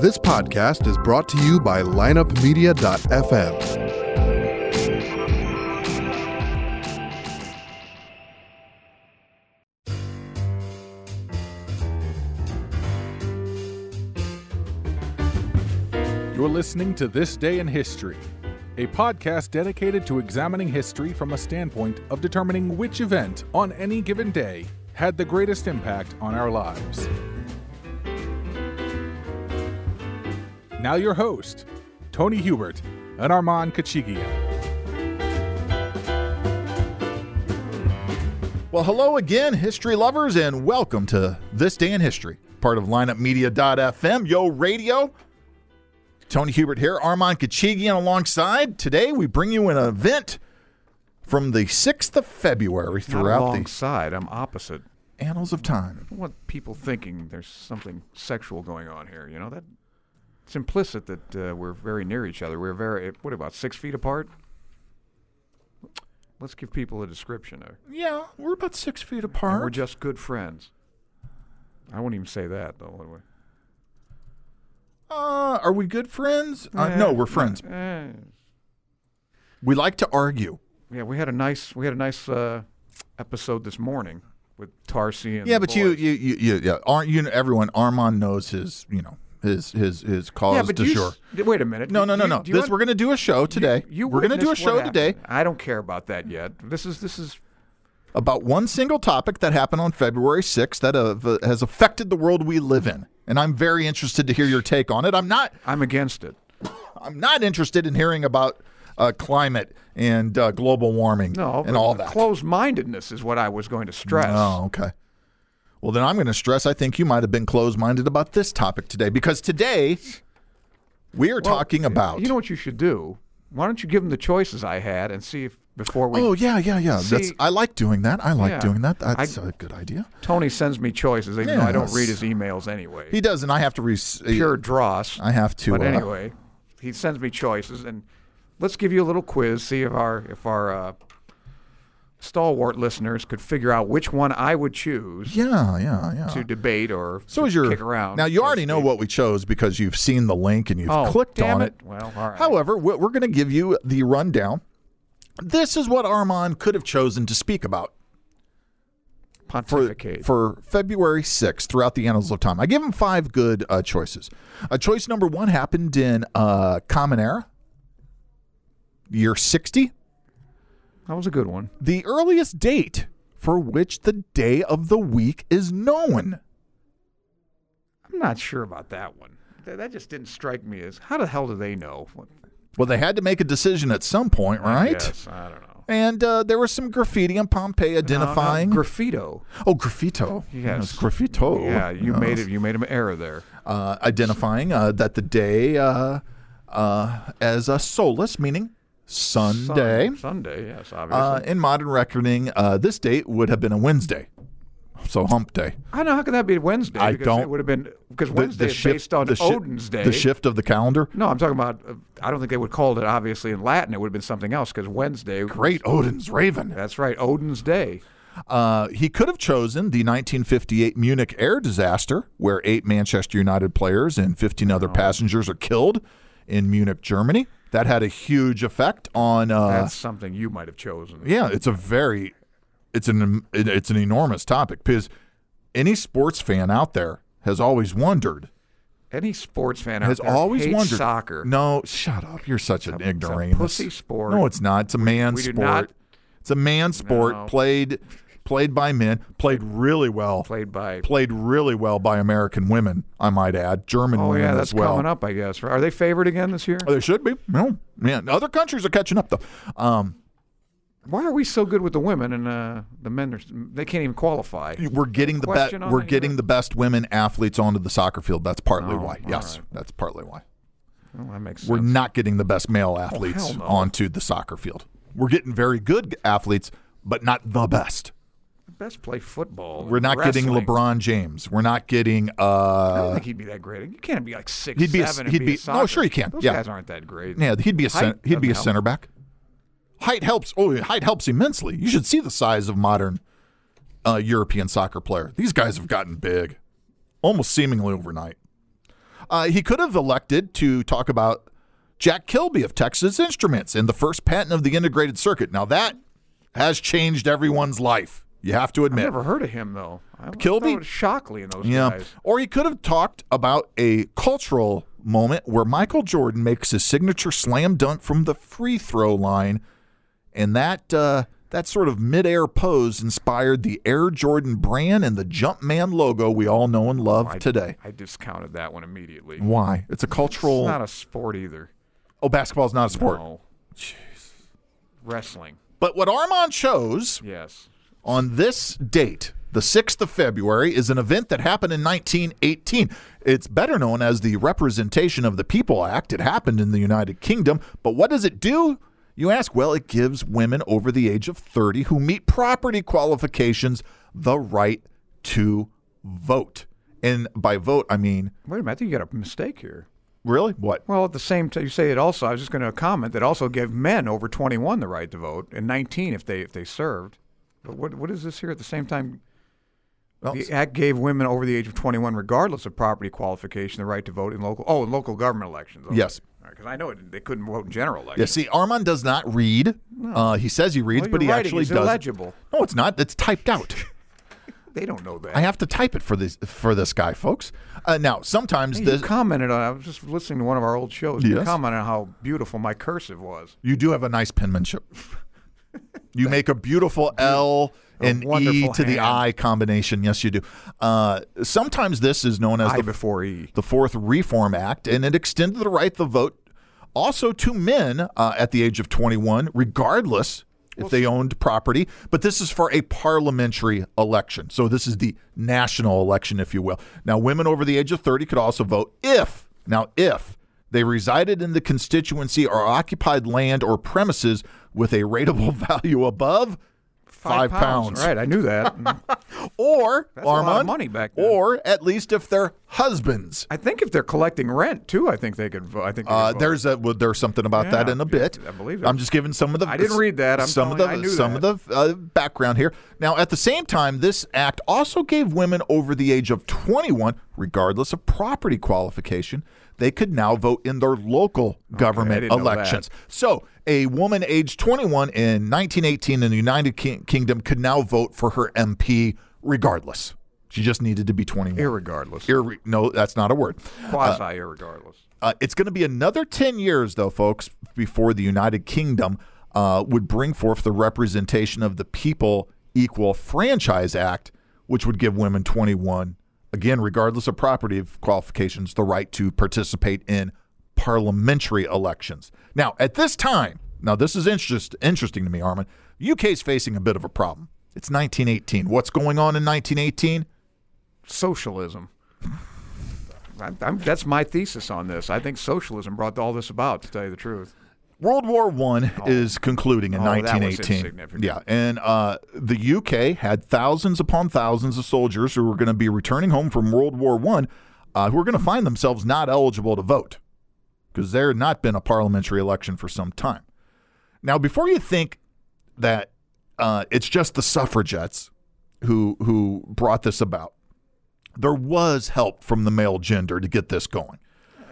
This podcast is brought to you by lineupmedia.fm. You're listening to This Day in History, a podcast dedicated to examining history from a standpoint of determining which event on any given day had the greatest impact on our lives. Now, your host, Tony Hubert and Armand Kachigian. Well, hello again, history lovers, and welcome to This Day in History, part of lineupmedia.fm, yo radio. Tony Hubert here, Armand Kachigian alongside. Today we bring you an event from the 6th of February Not throughout the alongside. I'm opposite. annals of time. I want people thinking there's something sexual going on here. You know that it's implicit that uh, we're very near each other. We're very what about six feet apart? Let's give people a description. Of, Yeah, we're about six feet and we're apart. just good friends. I wouldn't even say that though. would we? uh, are we good friends? Uh, no, we're friends. Eh, We like to argue. yeah, we had a nice we had a nice uh, episode this morning with Tarsi and Yeah, the but you, boys. you, you, you, yeah, aren't you? Everyone, Armand knows his, you know, his, his, his cause yeah, but de you, jour. s- wait a minute. No, Do no, no, you- no. do This you un- we're gonna do a show today. You we're gonna do a witnessed what show today happened. I don't care about that yet. This is this is about one single topic that happened on February 6th that uh, has affected the world we live in, and I'm very interested to hear your take on it. I'm not. I'm against it. I'm not interested in hearing about uh, climate and uh, global warming No, and all that. Closed-mindedness is what I was going to stress. Oh, okay. Well, then I'm going to stress. I think you might have been closed-minded about this topic today because today we are Well, talking about. You know what you should do? Why don't you give them the choices I had and see if before we oh yeah, yeah, yeah. That's. See- I like doing that. I like Yeah. doing that. I- That's a good idea. Tony sends me choices, even though I don't read Yes. his emails anyway. He does, and I have to re- uh, Pure dross. I have to. But uh, anyway, he sends me choices, and let's give you a little quiz. See if our if our uh, stalwart listeners could figure out which one I would choose Yeah, yeah, yeah. to debate or So to is your kick around. now? You so to already know speak. what we chose because you've seen the link and you've Oh, clicked damn on it. it. Well, all right. However, we're, we're going to give you the rundown. This is what Armand could have chosen to speak about for, pontificate. for February 6th throughout the annals of time. I give him five good uh, choices. Uh, choice number one happened in uh, Common Era, year 60. that was a good one. The earliest date for which the day of the week is known. I'm not sure about that one. That, that just didn't strike me as how the hell do they know? What- Well, they had to make a decision at some point, right? Yes, I don't know. And uh, there was some graffiti in Pompeii identifying. No, no, graffito. oh, graffito. Yes. graffito. yeah, you Yes. made it. You made an error there. Uh, identifying uh, that the day uh, uh, as a solus, meaning Sun- Sunday. Sunday. Yes, obviously. Uh, in modern reckoning, uh, this date would have been a Wednesday. So hump day. I don't know how could that be Wednesday? I because don't- It would have been because The- Wednesday the is shift- based on the shi- Odin's day. The shift of the calendar. No, I'm talking about. Uh, I don't think they would call it obviously in Latin. It would have been something else because Wednesday. Great Odin's raven. That's right, Odin's day. Uh, he could have chosen the 1958 Munich air disaster, where eight Manchester United players and 15 other Oh. passengers are killed in Munich, Germany. That had a huge effect on. Uh, That's something you might have chosen. yeah, it's a very, it's an it- it's an enormous topic because any sports fan out there has always wondered, Any sports fan out has there always hates wondered. soccer. No, shut up. You're such an a- it's a ignoramus. pussy sport. No, it's not. It's a man we do sport. not- It's a man sport No. played played by men. Played really well. played by played really well by American women, I might add, German Oh women yeah, as that's well. coming up, I guess. Are they favored again this year? Oh, They should be. No, man. Other countries are catching up though. Um, Why are we so good with the women and uh, the men? Are, they can't even qualify. we're getting the best. Question on We're it, getting yeah. the best women athletes onto the soccer field. That's partly Oh, why. all Yes, right. that's partly why. Well, that makes We're sense. Oh, not getting the best male athletes hell no. onto the soccer field. We're getting very good athletes, but not the best. Best play football. We're not wrestling. getting LeBron James. We're not getting. I don't uh think he'd be that great. You can't be like six. He'd be a- seven and he'd be, be- a no, soccer- sure he can. Those Yeah. guys aren't that great. Yeah, he'd be a cen- Height he'd be a doesn't help. center back. Height helps. Oh, height helps immensely. You should see the size of modern uh, European soccer player. These guys have gotten big, almost seemingly overnight. Uh, he could have elected to talk about Jack Kilby of Texas Instruments and the first patent of the integrated circuit. Now that has changed everyone's life. You have to admit. Never heard of him though. I would- Kilby? thought it was Shockley and those Yeah. guys. Or he could have talked about a cultural moment where Michael Jordan makes his signature slam dunk from the free throw line, and that uh, that sort of midair pose inspired the Air Jordan brand and the Jumpman logo we all know and love I, today. I discounted that one immediately. Why? It's a cultural. It's not a sport either. oh, basketball's not a sport. No. Wrestling. But what Armand chose Yes. on this date, the 6th of February, is an event that happened in 1918. It's better known as the Representation of the People Act. It happened in the United Kingdom. But what does it do? You ask. Well, it gives women over the age of 30 who meet property qualifications the right to vote. And by vote, I mean, Wait a minute. I think you got a mistake here. really? What? Well, at the same time, you say it also. I was just going to comment that also gave men over 21 the right to vote and 19 if they if they served. But what what is this here at the same time? Well, The act gave women over the age of 21, regardless of property qualification, the right to vote in local oh in local government elections. Okay. Yes. Because I know it, they couldn't vote in general Yeah, elections. see, Armand does not read. Uh, he says he reads, Well, but he your writing actually is does. illegible. No, it's not. It's typed out. They don't know that. I have to type it for this for this guy, folks. Uh, now, sometimes Hey, this you commented on. I was just listening to one of our old shows. You Yes. commented on how beautiful my cursive was. you do have a nice penmanship. You make a beautiful L and E wonderful to the hand. I combination. Yes, you do. Uh, sometimes this is known as I the before E. the Fourth Reform Act, and it extended the right to vote also to men uh, at the age of 21, regardless if they owned property. But this is for a parliamentary election. So this is the national election, if you will. Now, women over the age of 30 could also vote if, now, if they resided in the constituency or occupied land or premises with a rateable value above. Five, pounds, Right. I knew that. or That's a lot of Armand, money back then. or at least if they're husbands. I think if they're collecting rent too, I think they could. vo- I think they could Uh, vote. there's a well, there's something about that Yeah, in a bit. I believe it. I'm just giving some of the. I didn't read that. I'm some of the telling you, I knew some of the uh, background here. Now, at the same time, this act also gave women over the age of 21, regardless of property qualification, they could now vote in their local government didn't know that. elections. So, a woman aged 21 in 1918 in the United Ki- Kingdom could now vote for her MP, regardless. She just needed to be 21. irregardless, Irre- no, that's not a word. quasi irregardless. Uh, it's going to be another 10 years, though, folks, before the United Kingdom uh, would bring forth the Representation of the People Equal Franchise Act, which would give women 21, again, regardless of property qualifications, the right to participate in parliamentary elections. Now, at this time, now this is interest, interesting to me, Armin. UK is facing a bit of a problem. It's 1918. What's going on in 1918? Socialism. I'm, I'm, that's my thesis on this. I think socialism brought all this about. To tell you the truth, World War One is concluding in Oh, that was 1918. insignificant. yeah, and uh, the UK had thousands upon thousands of soldiers who were going to be returning home from World War One, uh, who were going to find themselves not eligible to vote because there had not been a parliamentary election for some time. Now, before you think that uh, it's just the suffragettes who who brought this about, there was help from the male gender to get this going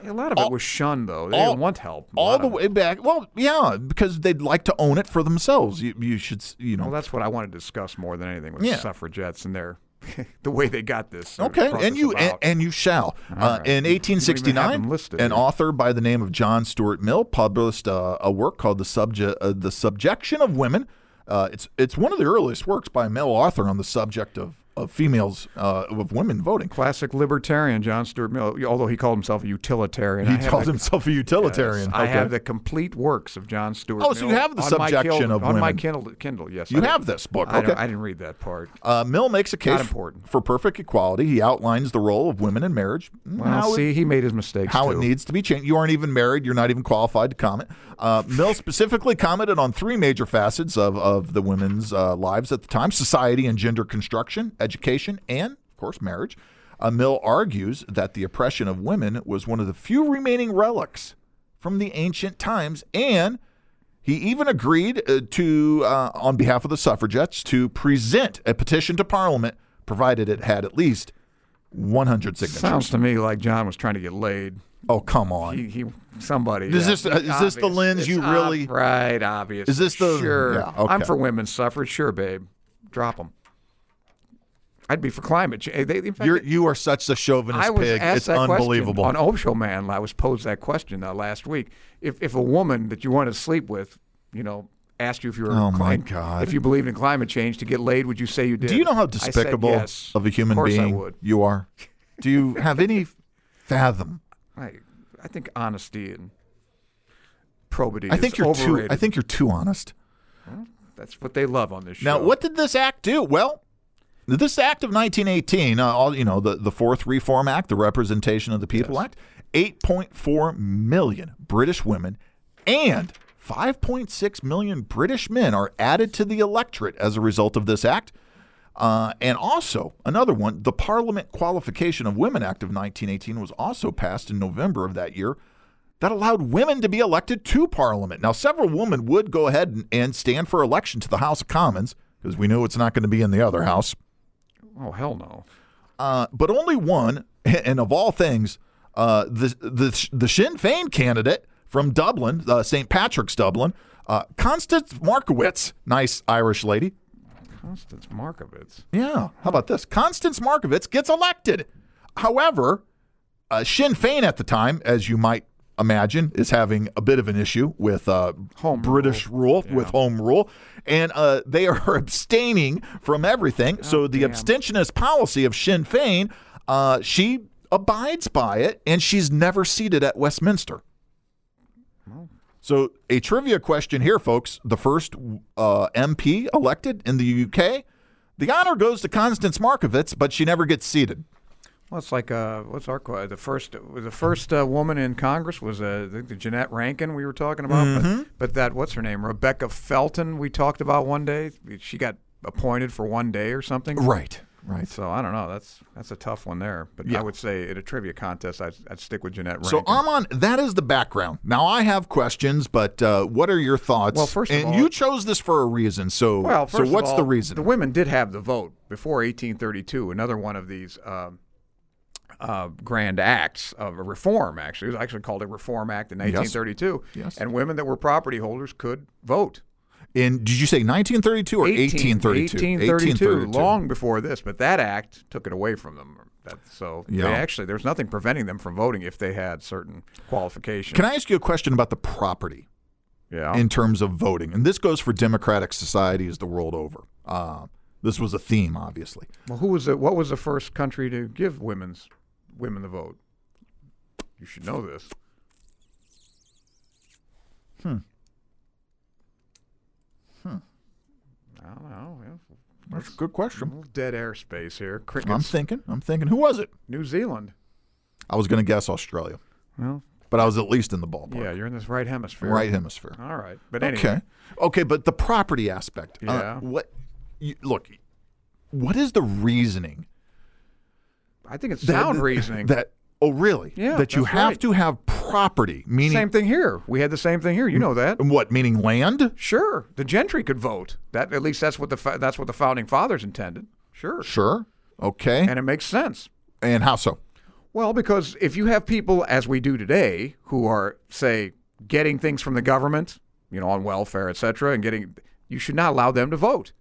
a lot of it was shunned though. They all- didn't want help. A all lot the of it. way back. Well, yeah, because they'd like to own it for themselves. You, you should, s- you know. Well, that's what I want to discuss more than anything with Yeah. suffragettes and their the way they got this. or okay, brought and this you and, about. and you shall. Uh, In them 1869, listed an here. author by the name of John Stuart Mill published uh, a work called "The Subje- uh, The Subjection of Women." Uh, it's it's one of the earliest works by a male author on the subject of of females uh, of women voting. classic libertarian John Stuart Mill, although he called himself a utilitarian. I He have called the- himself a utilitarian. I Okay. have the complete works of John Stuart. Oh, so you Mill have the on my subjection Kindle- of on my women. Kindle. Kindle, yes. You I- have this book, I, don't- okay. I didn't read that part. Uh, Mill makes a case important. for perfect equality. He outlines the role of women in marriage. Well, How it- see, he made his mistakes. how too. it needs to be changed. You aren't even married. You're not even qualified to comment. Uh, Mill specifically commented on three major facets of, of the women's uh, lives at the time society and gender construction, education, and, of course, marriage. Uh, Mill argues that the oppression of women was one of the few remaining relics from the ancient times and. He even agreed uh, to, uh, on behalf of the suffragettes, to present a petition to Parliament, provided it had at least 100 signatures. Sounds to me like John was trying to get laid. oh, come on. He, he somebody. Is yeah. this- uh, is this the Obvious. lens you It's ob- really- right? Obvious. Is this the- sure? yeah, okay. I'm for women's suffrage. Sure, babe. Drop them. I'd be for climate change. They, in fact, You're, you are such a chauvinist I was pig. asked It's that unbelievable. question on Ocho Man. I was posed that question uh, last week. If if a woman that you want to sleep with, you know, asked you if you were Oh, my inclined- God. if you believed in climate change to get laid, would you say you did? Do you know how I said despicable yes. of a human course being I would. you are? Do you have any fathom? I, I think honesty and probity. I think is you're overrated. too. I think you're too honest. that's what they love on this show. Now, what did this act do? Well, this act of 1918, uh, all you know, the the Fourth Reform Act, the Representation of the People Act, 8.4 million British women and 5.6 million British men are added to the electorate as a result of this act. Uh, and also, another one, the Parliament Qualification of Women Act of 1918 was also passed in November of that year that allowed women to be elected to Parliament. Now, several women would go ahead and, and stand for election to the House of Commons because we know it's not going to be in the other house. Oh hell no! Uh, but only one, and of all things, uh, the, the the Sinn Féin candidate from Dublin, uh, St. Patrick's Dublin, uh, Constance Markowitz, nice Irish lady. Constance Markovitz. Yeah. How about this? Constance Markovitz gets elected. However, uh, Sinn Féin at the time, as you might imagine, is having a bit of an issue with uh, Home British rule, with home rule, and uh, they are abstaining from everything. so the abstentionist policy of Sinn Féin, uh, she abides by it, and she's never seated at Westminster. So, a trivia question here, folks. The first uh, MP elected in the UK, the honor goes to Constance Markovitz, but she never gets seated. Well, it's like uh, what's our que- the first the first uh, woman in Congress was uh, I think the Jeanette Rankin we were talking about, Mm-hmm. but, but that what's her name Rebecca Felton we talked about one day she got appointed for one day or something. Right, right. So I don't know. That's that's a tough one there. But I would say in a trivia contest, I'd, I'd stick with Jeanette Rankin. So, Armand, that is the background. Now, I have questions, but uh, what are your thoughts? Well, first of and all- you chose this for a reason. So, Well, so first of what's all, the reason? The women did have the vote before 1832. Another one of these um, uh, grand acts of a reform, actually, it was actually called a Reform Act in 1832. Yes. And women that were property holders could vote. in did you say 1932 or 1832? 1832, long before this. But that act took it away from them. That, so Yeah. they actually, there's nothing preventing them from voting if they had certain qualifications. Can I ask you a question about the property? yeah. in terms of voting. And this goes for democratic societies the world over. Uh, this was a theme, obviously. well, who was the, what was the first country to give women's women the vote? You should know this. Hmm. I don't know. yeah. That's a good question. Little dead airspace here. Crickets. I'm thinking. I'm thinking. Who was it? New Zealand. I was going to guess Australia, Well, but I was at least in the ballpark. yeah, you're in this right hemisphere. Right hemisphere. All right. But anyway, Okay. Okay, but the property aspect. uh, Yeah. what? You, look. What is the reasoning? I think it's that- sound reasoning. That. Oh, really? Yeah, That you that's have right. to have property, meaning Mm. same thing here. We had the same thing here. You know that. what? Meaning land? Sure. The gentry could vote. That at least that's what the fa- that's what the founding fathers intended. Sure. Sure. Okay. And it makes sense. and how so? Well, because if you have people, as we do today, who are, say, getting things from the government, you know, on welfare, et cetera, and getting, you should not allow them to vote.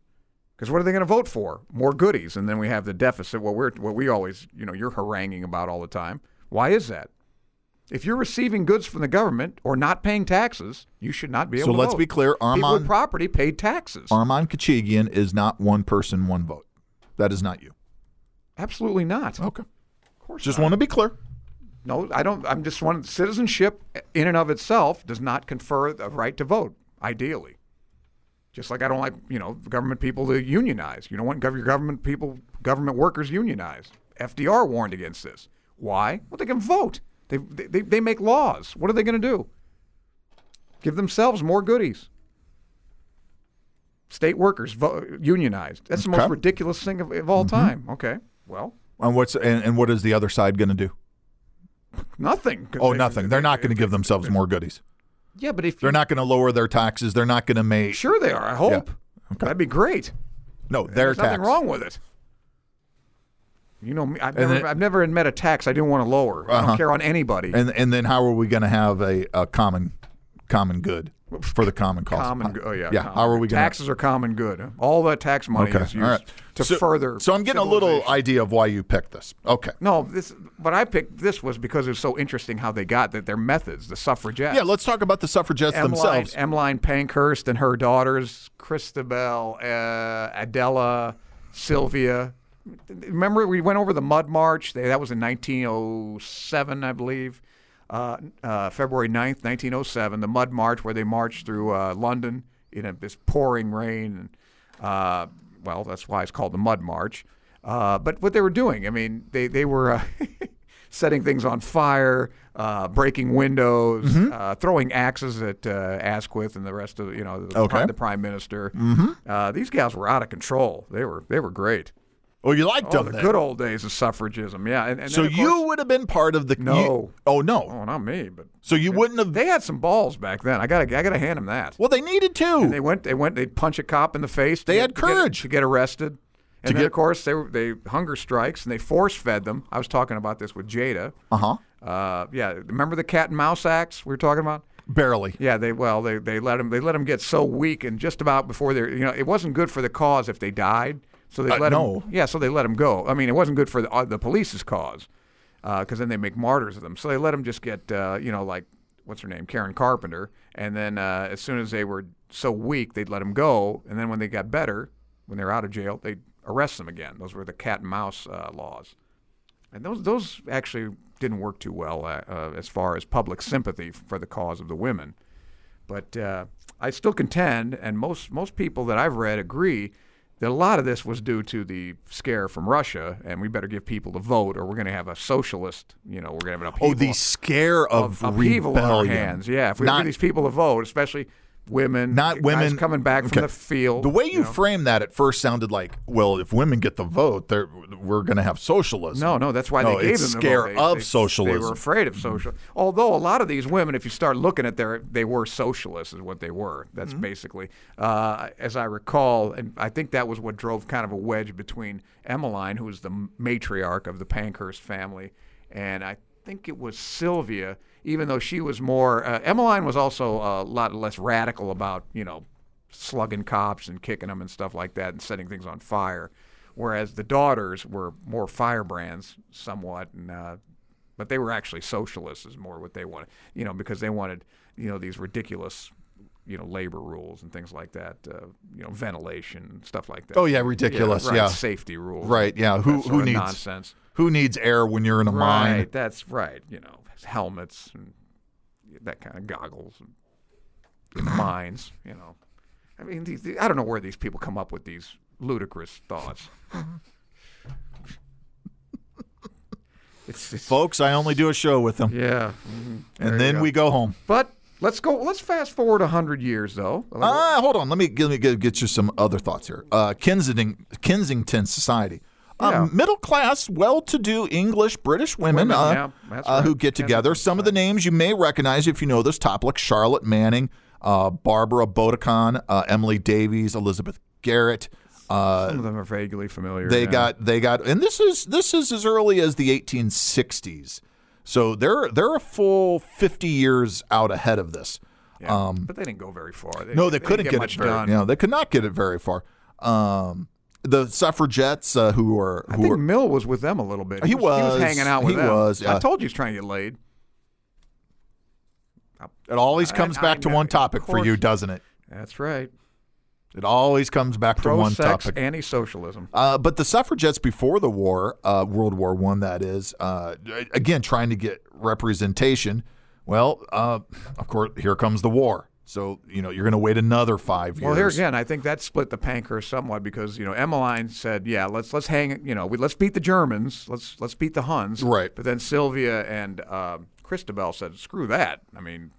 Because what are they going to vote for? More goodies. And then we have the deficit, what, we're, what we always, you know, you're haranguing about all the time. Why is that? If you're receiving goods from the government or not paying taxes, you should not be So able to let's vote. be clear, People with Armand- property paid taxes. Armand Kachigian is not one person, one vote. That is not you. Absolutely not. Of Okay. course Just not. want to be clear. No, I don't. I'm just one. Citizenship, in and of itself, does not confer the right to vote. Ideally, just like I don't like you know government people to unionize. You don't want gov- your government people, government workers unionized. FDR warned against this. Why? Well, they can vote. They they, they- they make laws. What are they going to do? Give themselves more goodies. State workers vo- unionized. That's the most Okay. Mm-hmm. ridiculous thing of, of all time. Okay. Well, And what's and, and what is the other side going to do? nothing. 'cause Oh, they- nothing. They're not going to give themselves more goodies. Yeah, but if you They're not going to lower their taxes. They're not going to make Sure they are. I hope. That'd be great. no their There's nothing tax. wrong with it. You know, me, I've never, then- Uh-huh. I've never met a tax I didn't want to lower. I don't care on anybody. And and then how are we going to have a, a common common good for the common cost? common, go- oh yeah, uh, Yeah, common. how are we gonna- Taxes are common good. All that tax money is used all right. to so, further. So I'm getting a little civilization. idea of why you picked this. Okay. No, this. But I picked this was because it was so interesting how they got that their methods, the suffragettes. Yeah, let's talk about the suffragettes themselves. Emmeline Pankhurst and her daughters, Christabel, uh, Adela, Sylvia. Remember, we went over the Mud March. They, that was in 1907, I believe. Uh, uh, February 9th, 1907, the Mud March, where they marched through uh, London in a, this pouring rain. And, uh, well, that's why it's called the Mud March. Uh, but what they were doing, I mean, they, they were. Uh, setting things on fire, uh, breaking windows, Mm-hmm. uh, throwing axes at uh, Asquith and the rest of you know the, Okay. the prime minister. Mm-hmm. Uh, these gals were out of control. They were they were great. well, you liked Oh, them. the then. good old days of suffragism. Yeah, and, and so then, of course- you would have been part of the you- No. oh no. oh not me, but So you wouldn't have. they had some balls back then. I got to I got to hand them that. well, they needed to. They went they went they'd punch a cop in the face. They to had get- to get- courage. to get arrested. And To then, get- of course, they were, they hunger strikes and they force fed them. I was talking about this with Jada. uh huh. Uh, yeah, remember the cat and mouse acts we were talking about? Barely. Yeah, they well they they let them they let them get so weak and just about before they are you know it wasn't good for the cause if they died so they Uh, let them no. yeah so they let them go I mean it wasn't good for the uh, the police's cause because then they make martyrs of them so they let them just get uh, you know like what's her name Karen Carpenter and then uh, as soon as they were so weak they'd let them go and then when they got better when they were out of jail they'd arrest them again those were the cat and mouse uh, laws and those those actually didn't work too well uh, uh, as far as public sympathy for the cause of the women. But uh, I still contend, and most most people that I've read agree that a lot of this was due to the scare from Russia, and we better give people the vote, or we're going to have a socialist. You know, we're going to have an upheaval Oh, the scare of, upheaval in our rebellion. hands. Yeah, if we Not- give these people the vote, especially women, Not guys women- coming back okay. from the field. The way you, know. framed that at first sounded like, well, if women get the vote, they're, we're going to have socialism. No, no, that's why No, they gave it's them the scare vote. They- of they- socialism. They were afraid of social. Although a lot of these women, if you start looking at their, they were socialists, is what they were. That's basically, uh, as I recall, and I think that was what drove kind of a wedge between Emmeline, who was the matriarch of the Pankhurst family, and I think it was Sylvia, even though she was more. Uh, Emmeline was also a lot less radical about you know slugging cops and kicking them and stuff like that and setting things on fire. Whereas the daughters were more firebrands, somewhat, and uh, but they were actually socialists is more what they wanted, you know, because they wanted you know these ridiculous, you know, labor rules and things like that, uh, you know, ventilation and stuff like that. Oh, yeah, ridiculous, right, yeah. safety rules, Right, yeah. Who, that sort who of needs nonsense? Who needs air when you're in a mine? Right, that's right. You know, helmets and that kind of goggles and you know, mines. You know, I mean, these, I don't know where these people come up with these ludicrous thoughts. it's, it's Folks, I only do a show with them. yeah, mm-hmm. and then we go home. but let's go. Let's fast forward hundred years though. Ah, hold on. Let me let me get, get you some other thoughts here. Uh, Kensington, Kensington Society. Yeah. Um, Middle class, well to do English British women, Women, uh, yeah, that's uh, who right. get together. Kensington Some of the names you may recognize if you know this top, like Charlotte Manning, uh, Barbara Bodicon, uh, Emily Davies, Elizabeth Garrett. Uh, Some of them are vaguely familiar. they yeah. got they got, and this is this is as early as the 1860s. So they're they're a full 50 years out ahead of this. Yeah. but they didn't go very far. um, No, they, didn't couldn't get, much it very, done. You know, they could not get it very far. Um, the suffragettes uh, who were I who think were Mill was with them a little bit. He he was. was hanging out He with them. was, yeah. I told you he's trying to get laid. it always I- comes I back to know, one of topic for you, course. doesn't it? That's right. It always comes back to Pro one sex, topic. anti socialism. Uh, but the suffragettes before the war, uh, World War One, that is, uh, again trying to get representation. Well, uh, of course, here comes the war. So you know you're going to wait another five years. Well, here again, I think that split the Pankhurst somewhat because you know Emmeline said, "Yeah, let's let's hang, you know, we, let's beat the Germans, let's let's beat the Huns." Right. But then Sylvia and uh, Christabel said, "Screw that." I mean,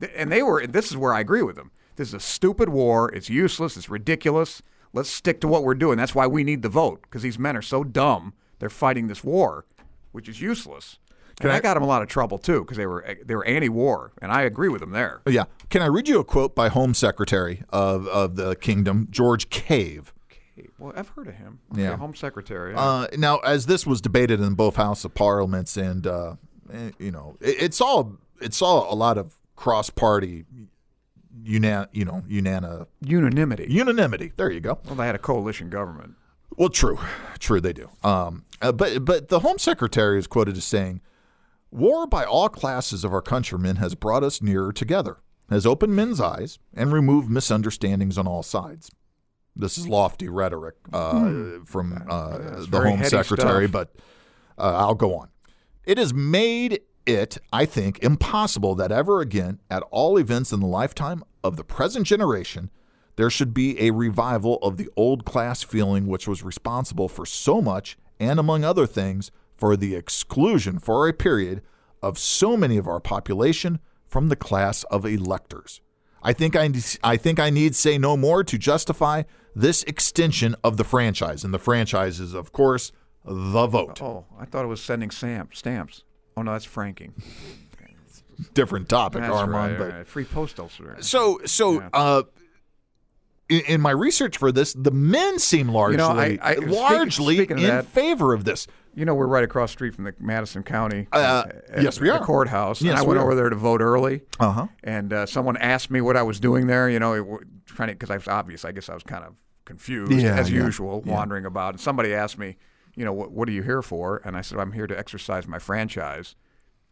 th- and they were. And this is where I agree with them. This is a stupid war. It's useless. It's ridiculous. Let's stick to what we're doing. That's why we need the vote because these men are so dumb. They're fighting this war, which is useless. and I- I, got them a lot of trouble too because they were they were anti-war, and I agree with them there. Yeah. Can I read you a quote by Home Secretary of, of the Kingdom, George Cave? Well, I've heard of him. Yeah. Home Secretary. yeah. Uh, now, as this was debated in both House of Parliaments, and uh, eh, you know, it, it's all it's all a lot of cross-party, unan, you know, unana, Unanimity. unanimity. There you go. Well, they had a coalition government. Well, true, true, they do. Um, uh, but but the Home Secretary is quoted as saying, "War by all classes of our countrymen has brought us nearer together, has opened men's eyes, and removed misunderstandings on all sides." This Hmm. is lofty rhetoric uh, from uh, the very Home heady Secretary, stuff. but uh, I'll go on. It has made it, I think, impossible that ever again, at all events in the lifetime of the present generation, there should be a revival of the old class feeling which was responsible for so much and, among other things, for the exclusion for a period of so many of our population from the class of electors. I think I, I think I need say no more to justify this extension of the franchise. And the franchise is, of course, the vote. Oh, I thought it was sending stamp, stamps. Oh, no, that's franking. different topic, That's Armand. right, but right. Free postal service. so so uh, in, in my research for this, the men seem largely I- I- speak- largely speaking of in that- favor of this. You know, we're right across the street from the Madison County. Uh, at yes, we the are. courthouse. Yes, and I we went are. over there to vote early. Uh huh. And uh, someone asked me what I was doing there. You know, it, w- trying to because I was obvious. I guess I was kind of confused Yeah, as yeah, usual, wandering about. And somebody asked me, you know, what, what are you here for? And I said, I'm here to exercise my franchise.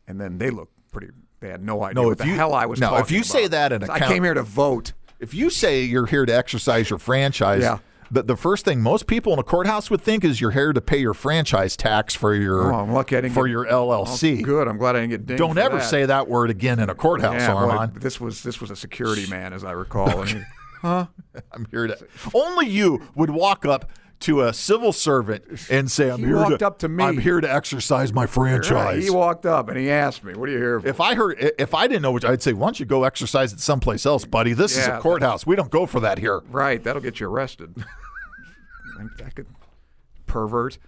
And then they looked pretty. They had no idea No, what if the you- hell I was. no, if talking you say about. that in a So I count- came here to vote. If you say you're here to exercise your franchise, Yeah. the, the first thing most people in a courthouse would think is you're here to pay your franchise tax for your Oh, I'm lucky I didn't for get- your Oh, LLC. good. I'm glad I didn't get dinged. Don't for ever that. say that word again in a courthouse, Yeah, boy, Armand. this was this was a security man, as I recall. And he- I'm here to. Only you would walk up to a civil servant and say, "I'm He here walked to. up to me. I'm here to exercise my franchise." He walked up and he asked me, "What are you here for?" if I heard, if I didn't know which, I'd say, "Why don't you go exercise it someplace else, buddy? This is Yeah. a courthouse. We don't go for that here." right, that'll get you arrested. I- I could pervert.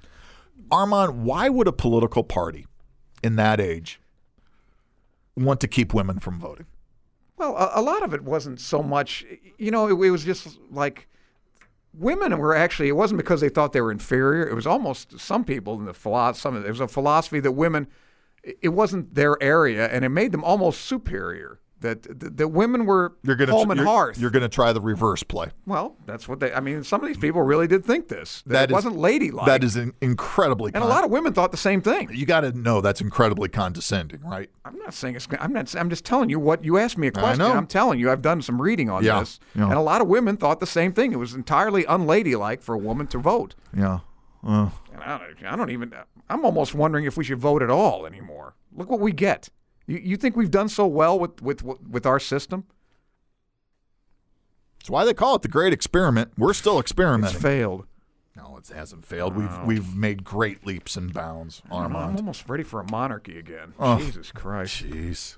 Armand, why would a political party in that age want to keep women from voting? Well, a, a lot of it wasn't so much. You know, it, it was just like women were actually. It wasn't because they thought they were inferior. It was almost some people in the philosophy. It was a philosophy that women. It it wasn't their area, and it made them almost superior. That that, that women were You're going to home and hearth. You're going to try the reverse play. Well, that's what they. I mean, some of these people really did think this. That, That it is- wasn't ladylike. that is in, incredibly. and a con- lot of women thought the same thing. you got to know that's incredibly condescending, right? I'm not saying it's. I'm not. I'm just telling you what you asked me a question. know. I'm telling you. I've done some reading on Yeah, this, yeah. and a lot of women thought the same thing. It was entirely unladylike for a woman to vote. Yeah. Uh, And I don't, I don't even. I'm almost wondering if we should vote at all anymore. Look what we get. You, you think we've done so well with with with our system? That's why they call it the great experiment. We're still It's Oh. experimenting. failed. no, it hasn't failed. We've we've made great leaps and bounds, I'm Armand. almost ready for a monarchy again. Jesus Christ. Jeez.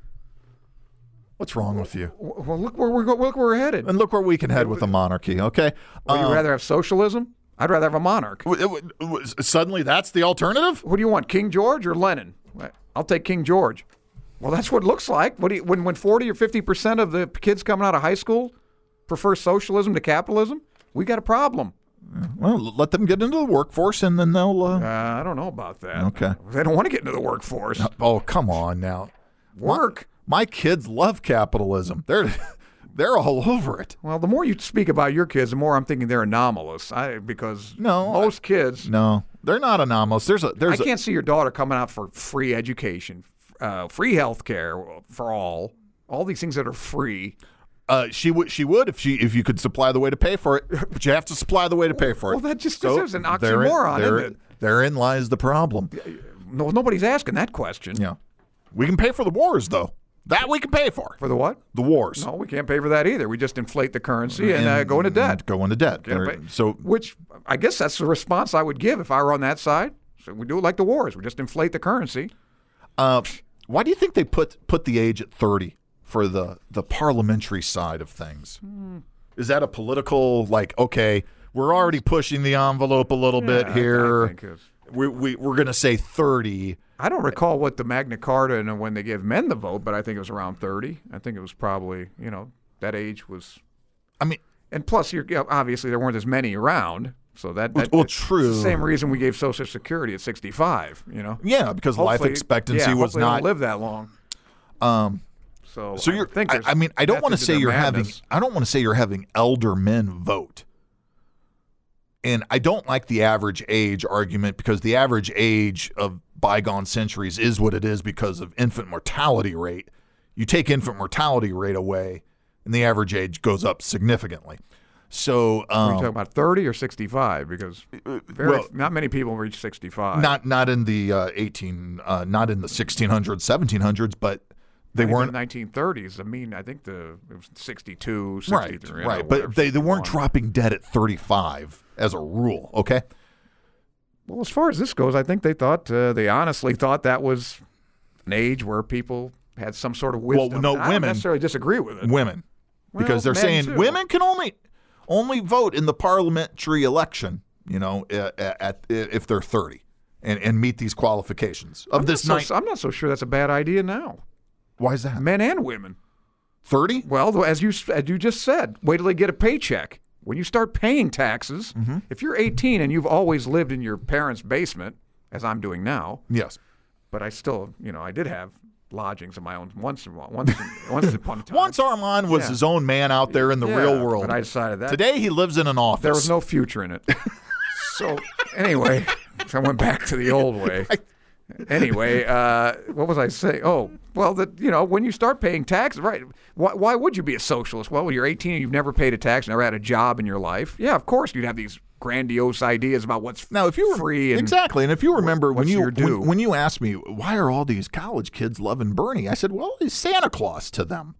What's wrong with you? W- Well, look where we're go- look where we're headed. And look where we can head with a monarchy, okay? Would you Um, rather have socialism? I'd rather have a monarch. w- w- w- suddenly that's the alternative? Who do you want, King George or Lenin? Well, I'll take King George. Well, that's what it looks like. What do you, when when forty or fifty percent of the kids coming out of high school prefer socialism to capitalism, we got a problem. Well, l- let them get into the workforce and then they'll. Uh, Uh, I don't know about that. Okay. they don't want to get into the workforce. oh, come on now. Work. My kids love capitalism. They're they're all over it. Well, the more you speak about your kids, the more I'm thinking they're anomalous. I because No, I- most kids. No, they're not anomalous. There's a I there's a, can't see your daughter coming out for free education, f- uh, free health care for all, all these things that are free. Uh, she would. She would if she if you could supply the way to pay for it. But you have to supply the way to pay for it. Well, that just- there's an therein- oxymoron, there- isn't Therein lies the problem. No, nobody's asking that question. Yeah, we can pay for the wars though. That we can pay for. For the what? The wars. No, we can't pay for that either. We just inflate the currency and, uh, go into debt. Go into debt. Can't There- pay- so which I guess that's the response I would give if I were on that side. So we do it like the wars. We just inflate the currency. Uh, why do you think they put put the age at thirty for the the parliamentary side of things? Hmm. Is that a political like? Okay, we're already pushing the envelope a little Uh, I- bit I here. think it's- we, we we're gonna say thirty. I don't recall what the Magna Carta and when they gave men the vote, but I think it was around 30. I think it was probably, you know, that age was I mean, And plus, you're, you know, obviously there weren't as many around. So that, Well, that well, it's the true. same reason we gave Social Security at 65. You know, Yeah, because life Hopefully- expectancy yeah, was hopefully they don't not. live that long. Um, So, so I you're. Think I, there's I mean, I don't method want to to say their you're madness. having. I don't want to say you're having elder men vote. And I don't like the average age argument because the average age of bygone centuries is what it is because of infant mortality rate. You take infant mortality rate away, and the average age goes up significantly. So Are um, uh, you talking about 30 or 65? Because very, well- not many people reach 65. not not in the uh, 18 uh, not in the 1600s 1700s but they Even weren't in 1930s. I mean, I think the it was 62, right 63. you know, right whatever, but they, they weren't 61. dropping dead at 35 as a rule okay Well, as far as this goes, I think they thought uh, they honestly thought that was an age where people had some sort of Well, wisdom. no, And I women- don't necessarily disagree with it. women because Uh, they're Well, saying men too. women can only only vote in the parliamentary election you know at, at if they're 30 and, and meet these qualifications of I'm this not night so, I'm not so sure that's a bad idea now. why is that Men and women. 30 Well, as you as you just said, wait till they get a paycheck. When you start paying taxes, Mm-hmm. if you're 18 and you've always lived in your parents' basement, as I'm doing now, yes but I still, you know, I did have lodgings of my own once in- once in- once upon a time. once armand was Yeah. his own man out there in the Yeah, real world But I decided that today he lives in an office there was no future in it. so anyway, so I went back to the old way. Anyway, uh, what was I saying? Oh, well, that you know, when you start paying taxes, right? Why, why would you be a socialist? Well, when you're 18 and you've never paid a tax, never had a job in your life. Yeah, of course, you'd have these grandiose ideas about what's Now, if you were free and exactly, and if you remember when what's you your due? when, when you asked me why are all these college kids loving Bernie, I said, well, he's Santa Claus to them.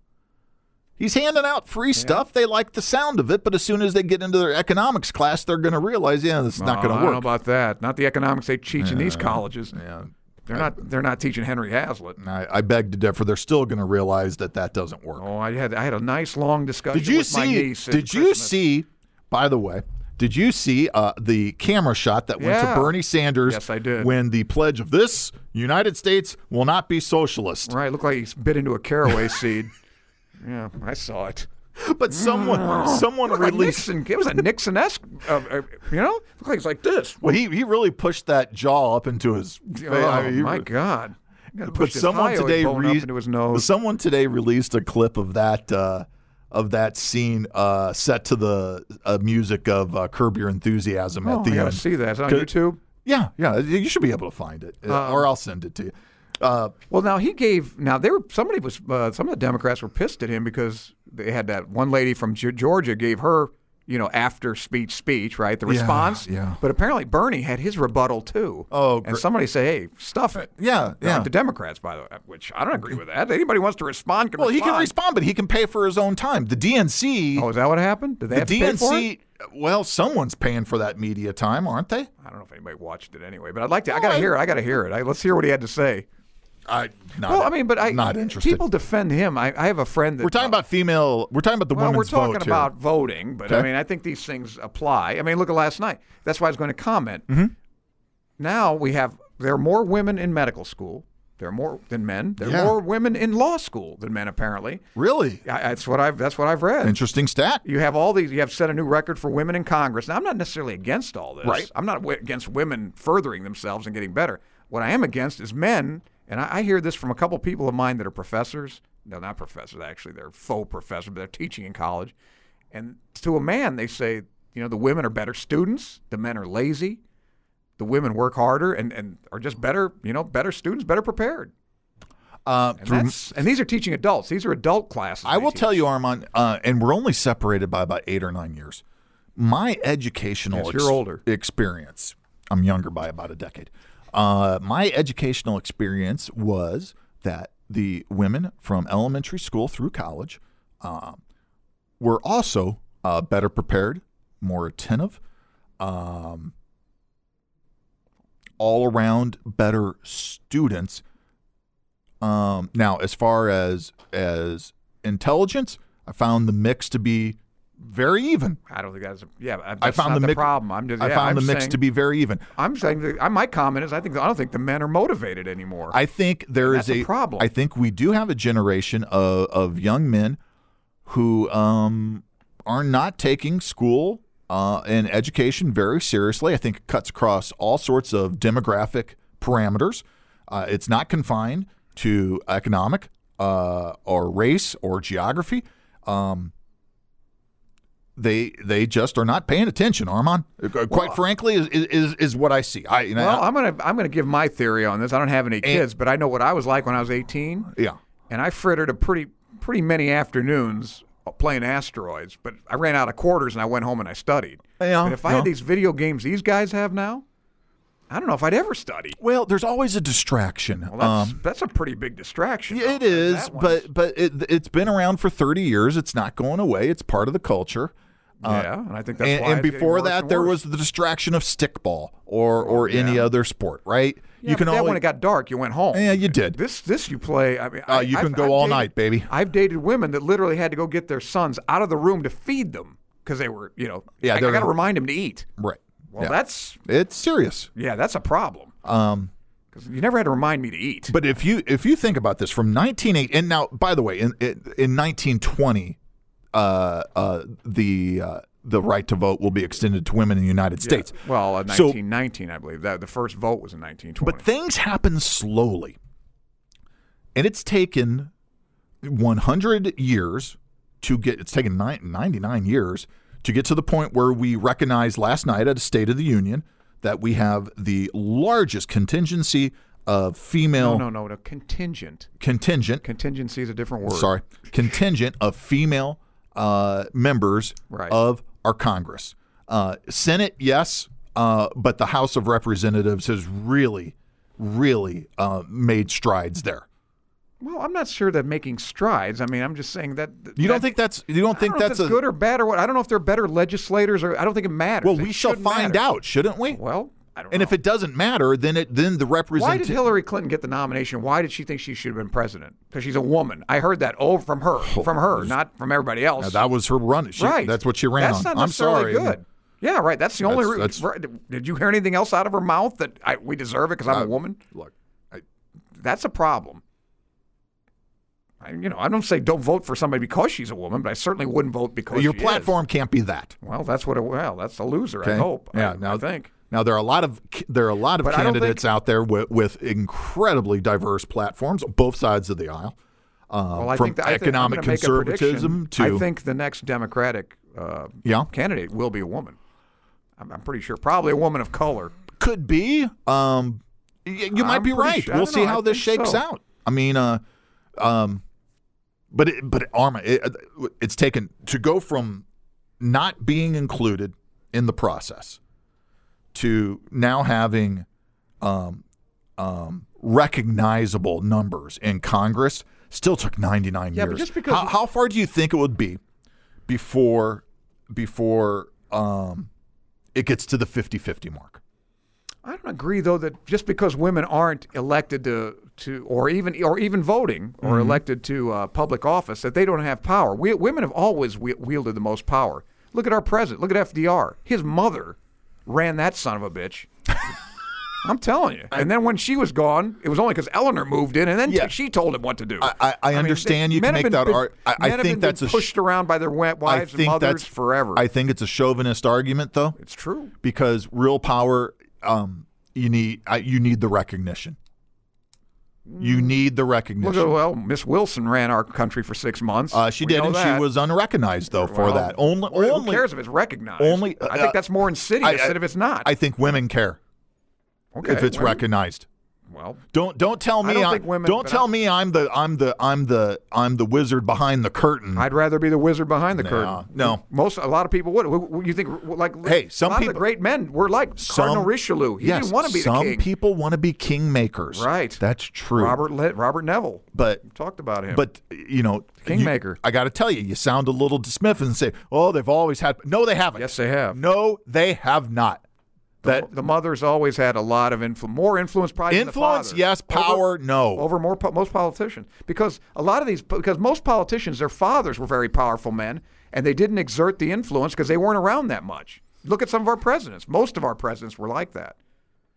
He's handing out free stuff. They like the sound of it, but as soon as they get into their economics class, they're going to realize, yeah, it's not Oh, going to I don't know work. about that. Not the economics they teach in these colleges. Yeah, they're not. They're not teaching Henry Hazlitt. I, I beg to differ. They're still going to realize that that doesn't work. Oh, I had I had a nice long discussion Did you with my see? niece. at Did you Christmas. see? By the way, did you see uh, the camera shot that went Yeah. to Bernie Sanders? Yes, I did. When the pledge of this United States will not be socialist. Right, looked like he bit into a caraway seed. Yeah, I saw it. But someone Oh. someone Looked like released Nixon. It was a Nixon-esque, uh, uh, you know. Looked like it's like this. well, he, he really pushed that jaw up into his face. Oh I mean, he- my God! You gotta but push this someone hyoid today bone re- up into his nose. someone today released a clip of that uh, of that scene uh, set to the uh, music of uh, Curb Your Enthusiasm Oh, at the I gotta end. see that It's on Could- YouTube. Yeah, yeah, you should be able to find it, uh, Um, or I'll send it to you. Uh, Well, now he gave. Now they were somebody was uh, some of the Democrats were pissed at him because they had that one lady from Ge- Georgia gave her you know after speech speech right the response. yeah. But apparently Bernie had his rebuttal too. Oh, and gr- Uh, somebody said, "Hey, stuff it." yeah, Not yeah. the Democrats, by the way, which I don't agree with that. Anybody who wants to respond can Well, he respond. can respond, but he can pay for his own time. The DNC, Oh, is that what happened? Did they the have to pay for it? DNC. Well, someone's paying for that media time, aren't they? I don't know if anybody watched it anyway, but I'd like to. I gotta hear it. I gotta hear it. I, let's hear what he had to say. I not. Well, I mean, but I not interested. People defend him. I, I have a friend that we're talking about female. We're talking about the Well, we're women's talking vote about here. voting, but I Okay. mean, I think these things apply. I mean, look at last night. That's why I was going to comment. Mm-hmm. Now we have there are more women in medical school. There are more than men. There are Yeah. more women in law school than men, apparently. Really I, that's what I've that's what I've read. interesting stat. you have all these you have set a new record for women in congress now i'm not necessarily against all this Right. i'm not w- against women furthering themselves and getting better what i am against is men and i, I hear this from a couple people of mine that are professors no not professors actually they're faux professors but they're teaching in college and to a man they say you know the women are better students the men are lazy the women work harder and, and are just better you know better students better prepared Uh, and, through- that's, and these are teaching adults these are adult classes I they will teach. tell you, Armand, uh, and we're only separated by about eight or nine years. My educational Yes, you're older. experience, I'm younger by about a decade. Uh, my educational experience was that the women from elementary school through college uh, were also uh, better prepared, more attentive, um, all around better students. Um, now, as far as as intelligence, I found the mix to be very even. I don't think that's a, yeah. but That's I found not the, the mix. problem. I'm just, I yeah, found I'm the mix saying, to be very even. I'm saying that, I, my comment is I think I don't think the men are motivated anymore. I think there is That's a problem. I think we do have a generation of, of young men who um, are not taking school uh, and education very seriously. I think it cuts across all sorts of demographic parameters. Uh, it's not confined to economic uh, or race or geography. Um, they they just are not paying attention, Armand. Uh, Quite frankly, is, is is what I see. I you know, Well, I'm gonna I'm gonna give my theory on this. I don't have any kids, but I know what I was like when I was 18, yeah. and I frittered a pretty pretty many afternoons playing asteroids. But I ran out of quarters, and I went home and I studied. Yeah, but if I yeah. had these video games these guys have now, I don't know if I'd ever study. Well, there's always a distraction. Well, that's um, that's a pretty big distraction. Yeah, it That is, one's- but but it, it's been around for 30 years. It's not going away. It's part of the culture. yeah, and I think that's uh, and, why and it's getting before worse that, and there worse. Oh, was the distraction of stickball or or any other sport, right? Yeah, but then when it got dark, you went home. yeah, you did. This this you play. I mean, Uh, I, you can I've- go I've all dated- night, baby. I've dated women that literally had to go get their sons out of the room to feed them because they were, you know, Yeah, I, I they're- got to remind them to eat. right. Well, Yeah. that's It's serious. yeah, that's a problem Um, because you never had to remind me to eat. But if you if you think about this from 1980, and now by the way, in in, in 1920, uh, uh, the uh, the right to vote will be extended to women in the United States. well, uh, So- 1919, I believe that the first vote was in 1920. But things happen slowly. And it's taken 100 years to get, it's taken nine- 99 years to get to the point where we recognized last night at a State of the Union that we have the largest contingency of female no, no, no, no, contingent. contingent, Contingency is a different word. sorry, contingent of female uh, members Right. of our Congress. Uh, Senate, yes, uh, but the House of Representatives has really, really uh, made strides there. Well, I'm not sure that making strides. I mean, I'm just saying that You that- don't think that's you don't I think don't know if that's it's a good or bad or what. I don't know if they're better legislators or I don't think it matters. well? It We shall shouldn't find matter. out, shouldn't we? Well, I don't and know. if it doesn't matter, then it then the why did representative. Hillary Clinton get the nomination? Why did she think she should have been president? Because she's a woman. I heard that oh from her, from her, not from everybody else. that was her run. She, right. That's what she ran That's on. Not I'm sorry. necessarily Good. Yeah, right. That's the only. That's- re- that's- right. Did you hear anything else out of her mouth that I, we deserve it because Uh, I'm a woman? Look, I, That's a problem. I, you know, I don't say don't vote for somebody because she's a woman, but I certainly wouldn't vote because your she is. platform can't be that. Well, that's what. It, well, that's a loser. I Okay? hope. Yeah. I, now I think. Now there are a lot of there are a lot of But I don't candidates think- out there with, with incredibly diverse platforms, both sides of the aisle. Um, Well, I from think that, I think- I'm economic gonna make a conservatism prediction. to I think the next Democratic uh, yeah, candidate will be a woman. I'm, I'm pretty sure, probably a woman of color. could be. Um, y- you might I'm be pretty right. sure- I we'll don't see know. how I this think shakes so. out. I mean, uh, um, but it, but Arma, it, uh, it's taken to go from not being included in the process to now having um, um, recognizable numbers in Congress. Still took 99 Yeah, but years. just because- how, how far do you think it would be before before um, it gets to the 50-50 mark? I don't agree though that just because women aren't elected to to or even or even voting or Mm-hmm. elected to uh, public office that they don't have power. We, women have always wi- wielded the most power. Look at our president. Look at FDR. His mother ran that son of a bitch. I'm telling you. And then when she was gone, it was only because Eleanor moved in, and then t- Yeah. she told him what to do. I- I- I mean, understand you can men have make been that been- ar- I- I men have think been that's a sh- pushed around by their wi- I wives and think mothers that's forever. I think it's a chauvinist argument, though, it's true. because real power, um, you need I, you need the recognition. You need the Hmm. Look recognition. at, well, Miss Wilson ran our country for six months. uh, she We did, know and that. she was unrecognized though for Well, that. Only, well, only who cares if it's recognized? only- I uh, think that's more insidious I- I- than if it's not. I think women care okay, if it's well, recognized. Well, Don't don't tell I me don't think women- don't but tell I- me I'm the I'm the I'm the I'm the wizard behind the curtain. I'd rather be the wizard behind the Nah, curtain. no. most a lot of people would. Who- who You think like Hey, some a lot of people- the great men were like Cardinal Richelieu. He yes, didn't want to be some the king. people want to be kingmakers. Right. That's true. Robert Le- Robert Neville but talked about him. But you know, Kingmaker. you- I got to tell you, you sound a little dismissive and say, "Oh, they've always had." No, they haven't. yes, they have. No, they have not. That the mother's always had a lot of influence, more influence probably than the influence, father. yes. Power, no. over more po- most politicians because a lot of these because most politicians their fathers were very powerful men and they didn't exert the influence because they weren't around that much. Look at some of our presidents. Most of our presidents were like that,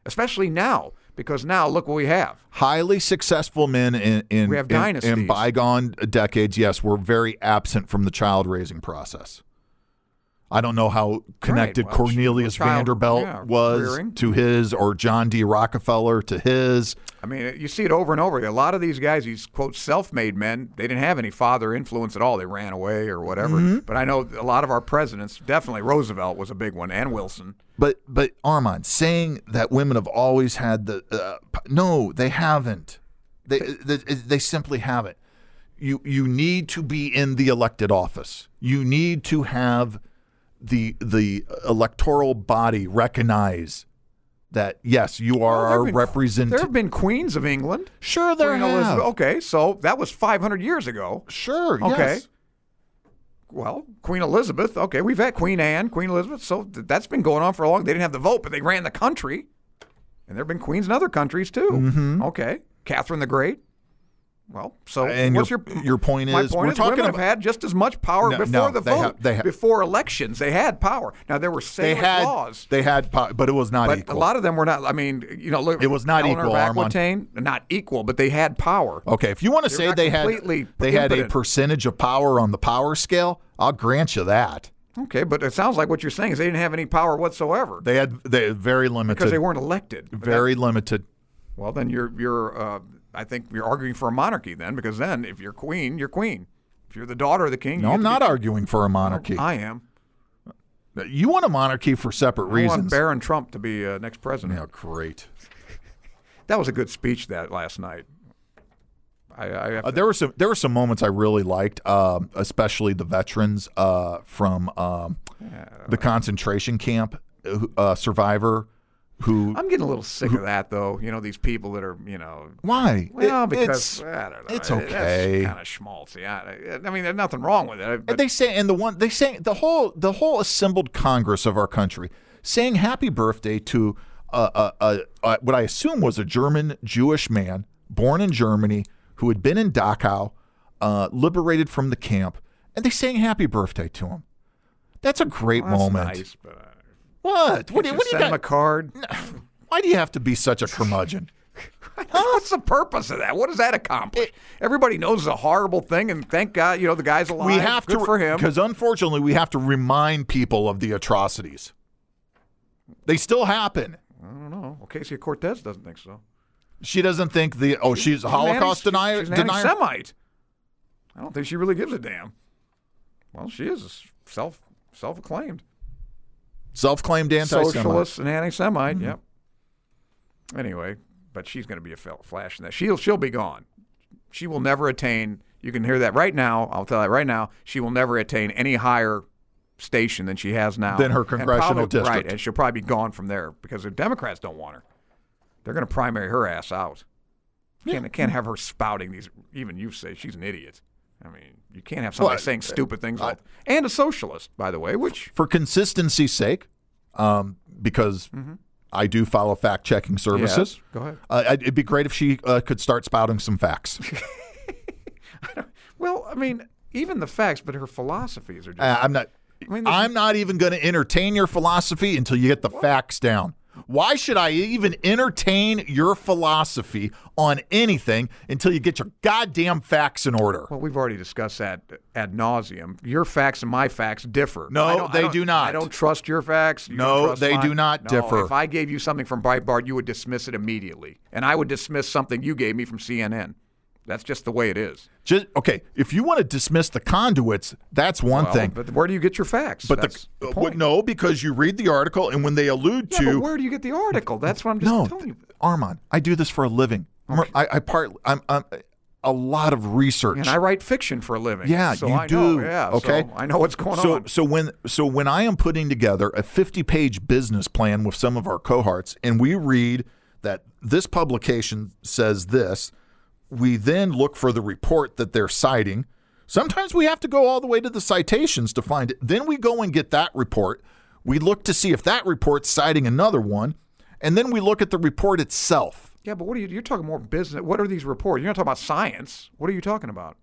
especially now because now look what we have. Highly successful men in in, We have in- in, dynasties. bygone decades, yes, were very absent from the child raising process. I don't know how connected well, she- Cornelius child- Vanderbilt yeah, was rearing. to his, or John D. Rockefeller to his. I mean, you see it over and over. A lot of these guys, these quote self-made men, they didn't have any father influence at all. They ran away or whatever. Mm-hmm. But I know a lot of our presidents, definitely Roosevelt was a big one, and Wilson. But but Armand saying that women have always had the uh, p- no, they haven't. They, they they simply haven't. You you need to be in the elected office. You need to have the the electoral body recognize that yes, you are Well, there have our been- There representative. have been Oh, queens of England. Sure, there Queen Elizabeth- have. Okay, so that was 500 years ago. Sure. Okay. yes. Well, Queen Elizabeth. Okay, we've had Queen Anne, Queen Elizabeth. So th- that's been going on for a long. They didn't have the vote, but they ran the country, and there have been queens in other countries too. Mm-hmm. Okay, Catherine the Great. Well, so Uh, And what's your- your your point my is, point we're is talking women about- have had just as much power No, before no, the they vote, have- they ha- before elections. They had power. Now there were They sacred had laws. they had po- but it was not But equal. a lot of them were not. I mean, you know, look. It was not Eleanor equal, of Armand. Aquitaine, not equal, but they had power. Okay, if you want to say not they had completely they had a impotent. percentage of power on the power scale, I'll grant you that. Okay, but it sounds like what you're saying is they didn't have any power whatsoever They had they had very limited, because they weren't elected. But very limited. that- well, then you're you're uh, I think you're arguing for a monarchy then because then if you're queen, you're queen. If you're the daughter of the king, No, you I'm get not to arguing for a monarchy. be- I am. You want a monarchy for separate I want reasons. Barron Trump to be uh, next president. Oh, great. That was a good speech that last night. I, I have Uh, to- there were some there were some moments I really liked, um, especially the veterans uh, from um, the concentration camp uh, who- uh, survivor who. I'm getting a little sick of that though. You know these people that are you know why? well It- because it's- I don't know, it's okay. Kind of schmaltzy. I, I mean there's nothing wrong with it. And But they say, and the one they say, the whole the whole assembled Congress of our country saying happy birthday to uh, uh, uh, uh, what I assume was a German Jewish man born in Germany who had been in Dachau, uh, liberated from the camp, and they sang happy birthday to him. That's a great that's moment. nice, but, uh, What? What, do- just what do you send 'em got? a card. Why do you have to be such a curmudgeon? What's the purpose of that? What does that accomplish? Everybody knows it's a horrible thing, and thank God, you know, the guy's alive. we have Good to for him. because unfortunately we have to remind people of the atrocities. They still happen. I don't know. Well, Casey Cortez doesn't think so. She doesn't think the oh she's a Holocaust She's an anti- denier. She's an denier. anti-Semite. I don't think she really gives a damn. Well, she is self self-acclaimed Self-claimed anti-Semite. Mm-hmm. socialist and anti-Semite. Yep. Anyway, but she's going to be a fel- flash in that. She'll she'll be gone. She will never attain. You can hear that right now. I'll tell that right now. She will never attain any higher station than she has now. Than her And congressional probably- Right, district. and she'll probably be gone from there because the Democrats don't want her. They're going to primary her ass out. Can't, can't have her spouting these. Even you say she's an idiot. I mean, you can't have somebody Well, uh, saying stupid things. I- all- and a socialist, by the way, which For consistency's sake, um, because Mm-hmm. I do follow fact-checking services. Yes, go ahead. Uh, I'd- it'd be great if she uh, could start spouting some facts. Well, I mean, even the facts, but her philosophies are just. Uh, I'm not. I I mean, there's- am not even going to entertain your philosophy until you get the facts down. Why should I even entertain your philosophy on anything until you get your goddamn facts in order? well, we've already discussed that ad nauseum. Your facts and my facts differ. No, I don't- I they don't- do not. I don't trust your facts. you don't No, trust they mine. do not No, differ. If I gave you something from Breitbart, you would dismiss it immediately, and I would dismiss something you gave me from CNN. That's just the way it is. Just okay. If you want to dismiss the conduits, that's one Well, thing. But where do you get your facts? But That's the, the uh, point. what- no, because you read the article, and when they allude yeah, to but where do you get the article? That's what I'm just no, telling you. Armand, I do this for a living. I'm- I, I part. I'm, I'm a lot of research. And I write fiction for a living. Yeah, so you I do. Know, yeah, so Okay. I know what's going so on. so when so when I am putting together a 50 page business plan with some of our cohorts, and we read that this publication says this, we then look for the report that they're citing. Sometimes we have to go all the way to the citations to find it. Then we go and get that report. We look to see if that report's citing another one, and then we look at the report itself. Yeah, but what are you? You're talking more business. What are these reports? You're not talking about science. What are you talking about?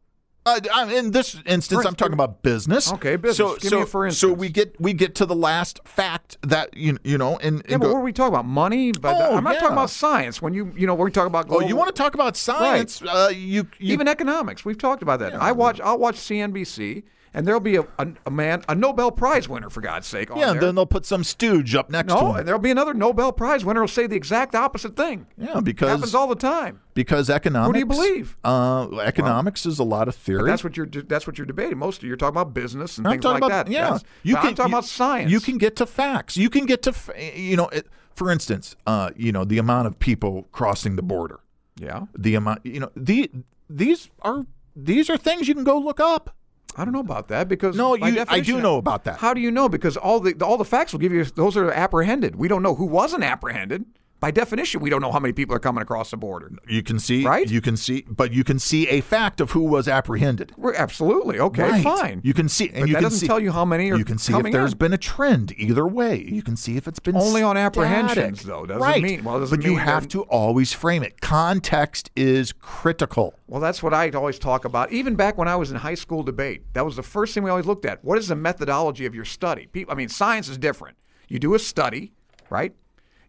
Uh, I- in this instance, For I'm talking about business. Okay, business. So, Give so, me a for so instance. we get we get to the last fact that you you know, and, and Yeah, but go, what are we talking about? Money? But Oh, I'm not yeah. talking about science. When you you know when we talk about oh, global, you want to talk about science? Uh, you, you even economics? We've talked about that. I watch I'll watch CNBC and there'll be a, a, a man, a Nobel Prize winner, for God's sake. On Yeah, there. and then they'll put some stooge up next no, to and him. there'll be another Nobel Prize winner who'll say the exact opposite thing. Yeah, happens because all the time. because economics. believe? Uh, economics is a lot of theory. That's what you're. That's what you're debating. Most of you're talking about business and I'm things talking like about that. yeah. That's- but I'm talking about science. You can get to facts. You can get to f- you know. It, for instance, uh, you know the amount of people crossing the border. Yeah. The amount you know the these are these are things you can go look up. I don't know about that because No, by you- I definition- do know about that. How do you know? Because all the all the facts will give you those are apprehended. We don't know who wasn't apprehended. By definition, we don't know how many people are coming across the border. You can see Right? You can see, but you can see a fact of who was apprehended. We're absolutely okay, Right. fine. You can see, and but you that can doesn't see, tell you how many are You can see if coming there's in. been a trend either way. You can see if it's been Only on static. apprehensions, though. Doesn't right. mean- well, doesn't but you mean have that- to always frame it. Context is critical. Well, that's what I always talk about. Even back when I was in high school debate, that was the first thing we always looked at. What is the methodology of your study? People, I mean, science is different. You do a study, right?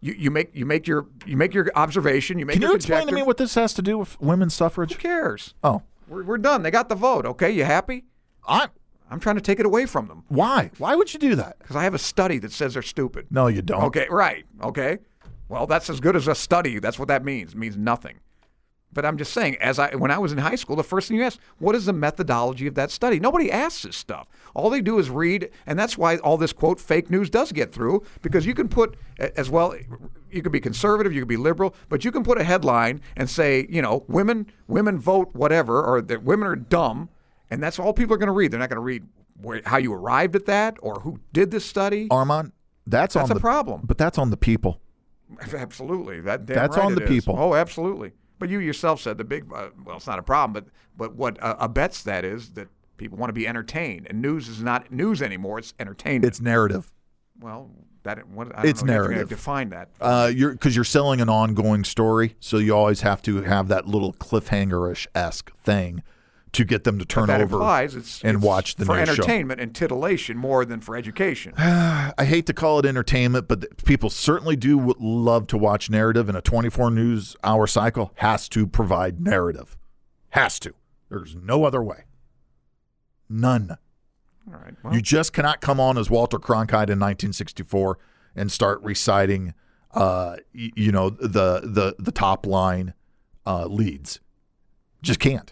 You, you make you make your you make your observation. You make Can your you explain to conjecture. me what this has to do with women's suffrage? Who cares? Oh, We're, we're done. They got the vote. Okay, you happy? I. I'm trying to take it away from them Why? Why would you do that? because I have a study that says they're stupid. No, you don't. Okay, right. Okay. Well, that's as good as a study. That's what that means. It means nothing. But I'm just saying, as I when I was in high school, the first thing you asked, what is the methodology of that study? Nobody asks this stuff. All they do is read, and that's why all this quote fake news does get through because you can put a- as well, you could be conservative, you could be liberal, but you can put a headline and say, you know, women women vote whatever, or that women are dumb, and that's all people are going to read. They're not going to read where, how you arrived at that or who did this study. Armand, that's, That's on a the problem. But that's on the people. Absolutely, that damn That's right on it the is. people. Oh, absolutely. But you yourself said the big uh, well, it's not a problem, but but what uh, abets that is that people want to be entertained, and news is not news anymore. It's entertainment. It's narrative. well, that what, I don't It's know, you have to narrative. Define that. Uh, you're because you're selling an ongoing story, so you always have to have that little cliffhanger-ish esque thing to get them to turn That over implies it's and it's watch the for next show. entertainment and titillation more than for education. I hate to call it entertainment, but th- people certainly do w- love to watch narrative, and a 24 news hour cycle has to provide narrative. Has to. There's no other way. None. All right. Well, You just cannot come on as Walter Cronkite in 1964 and start reciting, uh, y- you know, the the the top line uh, leads. Just can't.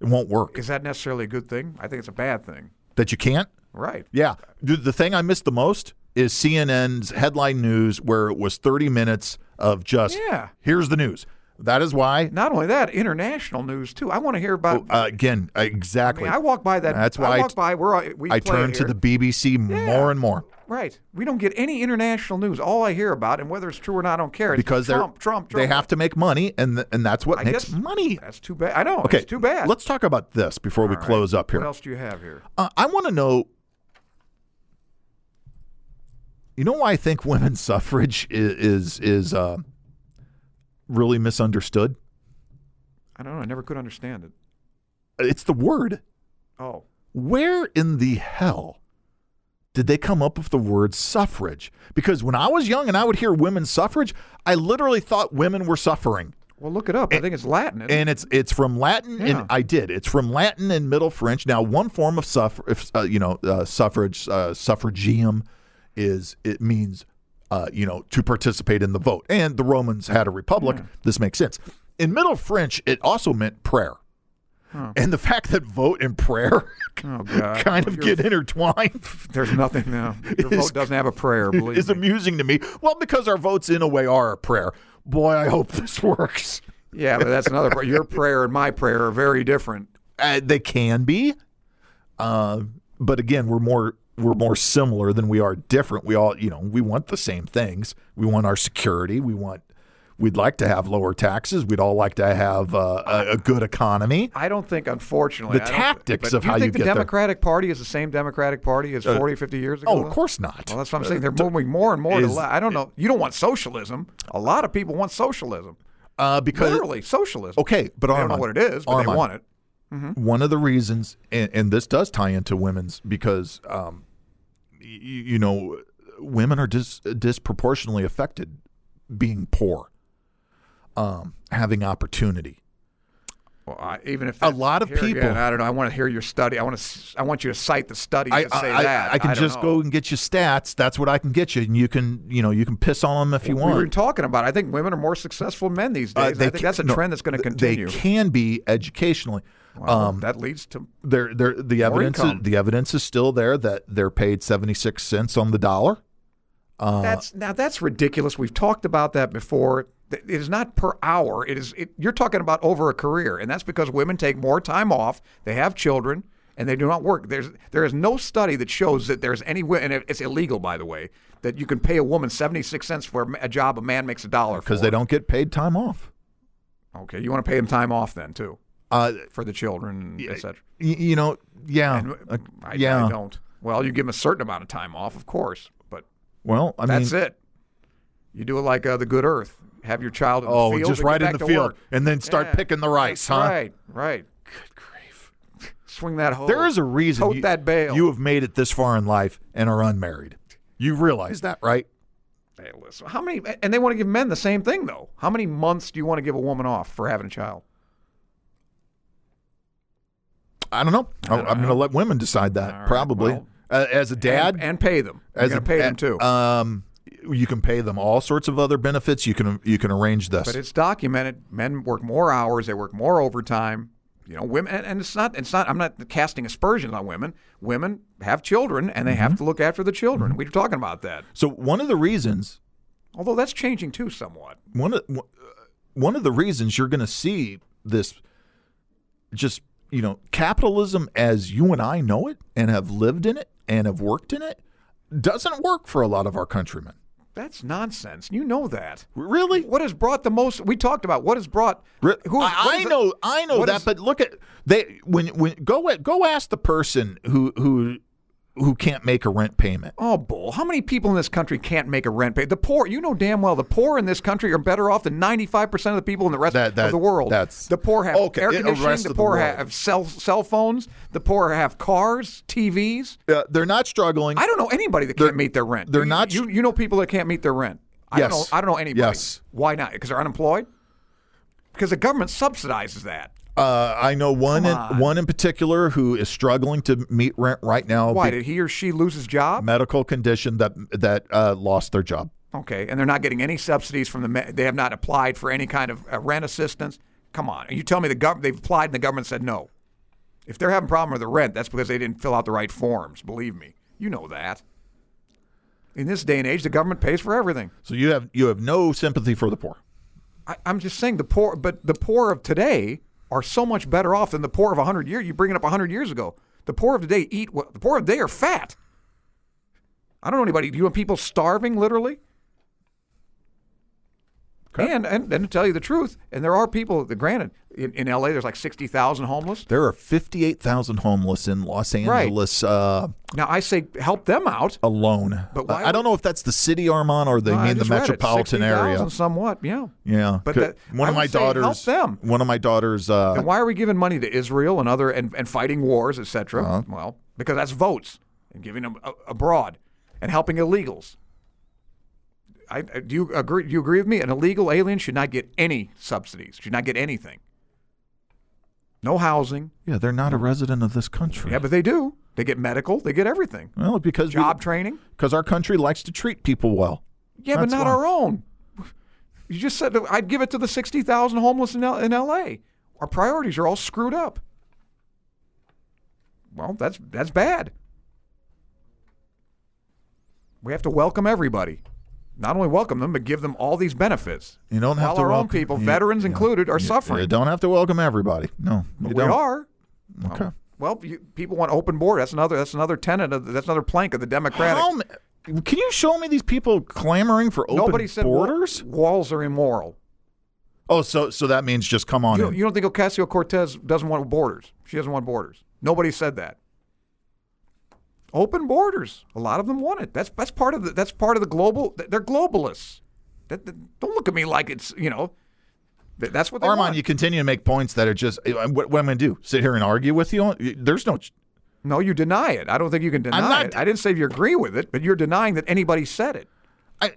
It won't work. is that necessarily a good thing? I think it's a bad thing. That you can't. Right. Yeah. Dude, the thing I missed the most is CNN's headline news, where it was 30 minutes of just Yeah. here's the news. That is why. Not only that, international news too. I want to hear about. Uh, again, I exactly. mean, I walk by that. That's I why I walk t- by. We're, we I play it turn to the here. BBC more and more. Right. We don't get any international news. All I hear about, and whether it's true or not, I don't care. It's because they're Trump, Trump, Trump. they have to make money, and th- and that's what I makes guess- money. That's too bad. I know. Okay, It's too bad. Let's talk about this before we All right. close up What here. else do you have here? Uh, I want to know. You know why I think women's suffrage is is, is uh, really misunderstood? I don't know. I never could understand it. It's the word. Oh, Where in the hell did they come up with the word suffrage? Because when I was young and I would hear women's suffrage, I literally thought women were suffering. well, look it up. I think it's Latin. isn't it? and it's it's from Latin, Yeah. and I did. It's from Latin and Middle French. Now, one form of suffrage, uh, you know, uh, suffrage, uh, suffragium, is it means, uh, you know, to participate in the vote. And the Romans had a republic. Hmm. This makes sense. In Middle French, it also meant prayer. And the fact that vote and prayer oh God. kind of Your- get intertwined There's nothing now. Your is- vote doesn't have a prayer. Believe is me. amusing to me. Well, because our votes, in a way, are a prayer. Boy, I hope this works. yeah, but that's another. Part. Your prayer and my prayer are very different. Uh, they can be, uh, but again, we're more we're more similar than we are different. We all, you know, we want the same things. We want our security. We want. We'd like to have lower taxes. We'd all like to have uh, a, a good economy. I don't think, unfortunately, The I don't thi- tactics but of do you how you think get the there. Democratic Party is the same Democratic Party as 40, 50 years ago. Oh, of though? course not. Well, that's what I'm saying. They're moving more and more to Uh, is- left. I don't know. You don't want socialism. A lot of people want socialism. Uh, because Literally, socialism. okay, but I don't know Armand, what it is, but they Armand, want it. one of the reasons, and, and this does tie into women's because, um, y- y- you know, women are dis- disproportionately affected being poor, um, having opportunity. Well, I, even if A that- lot of here again, people- I don't know. I want to hear your study. I want to. I want you to cite the study I, to say I- that. I can don't just know. go and get you stats. That's what I can get you, and you can you know you can piss on them if you We were want. talking about. I think women are more successful than men these days. Uh, and I think ca- that's a no, trend that's going to th- continue. They can be educationally. Well, um, that leads to there, there, the evidence, is, income. the evidence is still there that they're paid seventy six cents on the dollar. that's now that's ridiculous. We've talked about that before. Th- It is not per hour. It is it, you're talking about over a career, and that's because women take more time off. They have children, and they do not work. There's there is no study that shows that there's any wi- and it- it's illegal by the way that you can pay a woman seventy six cents for a ma- a job a man makes a dollar because for. they don't get paid time off. Okay, you want to pay them time off then too Uh, for the children, etc. y- you know, yeah, And uh, I, yeah. I don't. Well, you give them a certain amount of time off, of course, but Well, I that's mean, it. You do it like uh, the Good Earth. Have your child in oh, the field. just and get right in back the to field, work. and then start Yeah, picking the rice, that's huh? Right, right. Good grief. Swing that hoe. There is a reason Oh, Tote you, that bail. you have made it this far in life and are unmarried. You realize that, right? Hey, listen, how many? And they want to give men the same thing though. How many months do you want to give a woman off for having a child? I don't know. I am going to let women decide that All right, probably. well- uh, as a dad, and, and pay them. You're as gonna a, pay uh, them too. Um, you can pay them all sorts of other benefits. You can you can arrange this. But it's documented. Men work more hours. They work more overtime. You know, women, and, and it's not. It's not. I'm not casting aspersions on women. Women have children, and they have Mm-hmm. to look after the children. We were talking about that. so one of the reasons Although that's changing too, somewhat. one of one- uh, one of the reasons you're going to see this just you know capitalism as you and I know it and have lived in it and have worked in it doesn't work for a lot of our countrymen. That's nonsense. You know that. Really? What has brought the most? We talked about what has brought. Re- who has- what I, I is the- know, I know what that, is- but look at they when when go at- go ask the person who who who can't make a rent payment. Oh, bull! How many people in this country can't make a rent pay? The poor. You know damn well the poor in this country are better off than ninety-five percent of the people in the rest That- that- of the world. that's- the poor have Okay, air yeah, the conditioning. rest The of the poor world. have cell cell phones. The poor have cars, TVs. Uh, they're not struggling. I don't know anybody that can't meet their rent. they're You- not- You you know people that can't meet their rent. I don't Yes. know. I don't know anybody. Yes. Why not? Because they're unemployed. Because the government subsidizes that. Uh, I know one in, on. one in particular who is struggling to meet rent right now. Why be- did he or she lose his job? medical condition that that uh, lost their job. Okay, and they're not getting any subsidies from the. ma- They have not applied for any kind of uh, rent assistance. Come on, you tell me the government they've applied and the government said no. If they're having a problem with the rent, that's because they didn't fill out the right forms. Believe me, you know that. In this day and age, the government pays for everything. So you have you have no sympathy for the poor. I, I'm just saying the poor, but the poor of today are so much better off than the poor of 100 years. You bring it up 100 years ago. The poor of today eat what the poor of today are fat. I don't know anybody. You know people starving literally. Okay. And, and and to tell you the truth, and there are people. Granted, in, in L.A. there's like 60,000 homeless. There are fifty eight thousand homeless in Los Angeles uh, Now I say help them out. alone. But why I don't know if that's the city Armand or they I mean the just read it, metropolitan area. 60,000 somewhat. Yeah. Yeah, But c- that- one I of my would say help daughters. them. One of my daughters. Uh, Then why are we giving money to Israel and other and, and fighting wars, etc.? Uh-huh. Well, because that's votes and giving them a- abroad and helping illegals. I, I- do you agree? Do you agree with me? An illegal alien should not get any subsidies. Should not get anything. No housing. yeah, they're not a resident of this country. Yeah, but they do. They get medical. They get everything. well, because we- Job training. because our country likes to treat people well. Yeah, That's but not why. our own. You just said that I'd give it to the sixty thousand homeless in, L- in L.A. Our priorities are all screwed up. Well, that's that's bad. We have to welcome everybody. Not only welcome them, but give them all these benefits. You don't have While to our own welcome- people, you- veterans yeah. included, are You suffering. don't have to welcome everybody. No, you But we don't. are. Okay. Well, you, people want open border. That's another. That's another tenet. Of, that's another plank of the Democratic. How ma- can you show me these people clamoring for open Nobody said wa- borders? walls are immoral. Oh, so so that means just come on You in. don't, you don't think Ocasio Cortez doesn't want borders? She doesn't want borders. Nobody said that. Open borders. A lot of them want it. That's that's part of the that's part of the global. They're globalists. That, that- don't look at me like it's you know. that- that's what they Armand, want. you continue to make points that are just. eh, What, what am I going to do? Sit here and argue with you? There's no. no, you deny it. I don't think you can deny not- it. I didn't say you agree with it, but you're denying that anybody said it. I,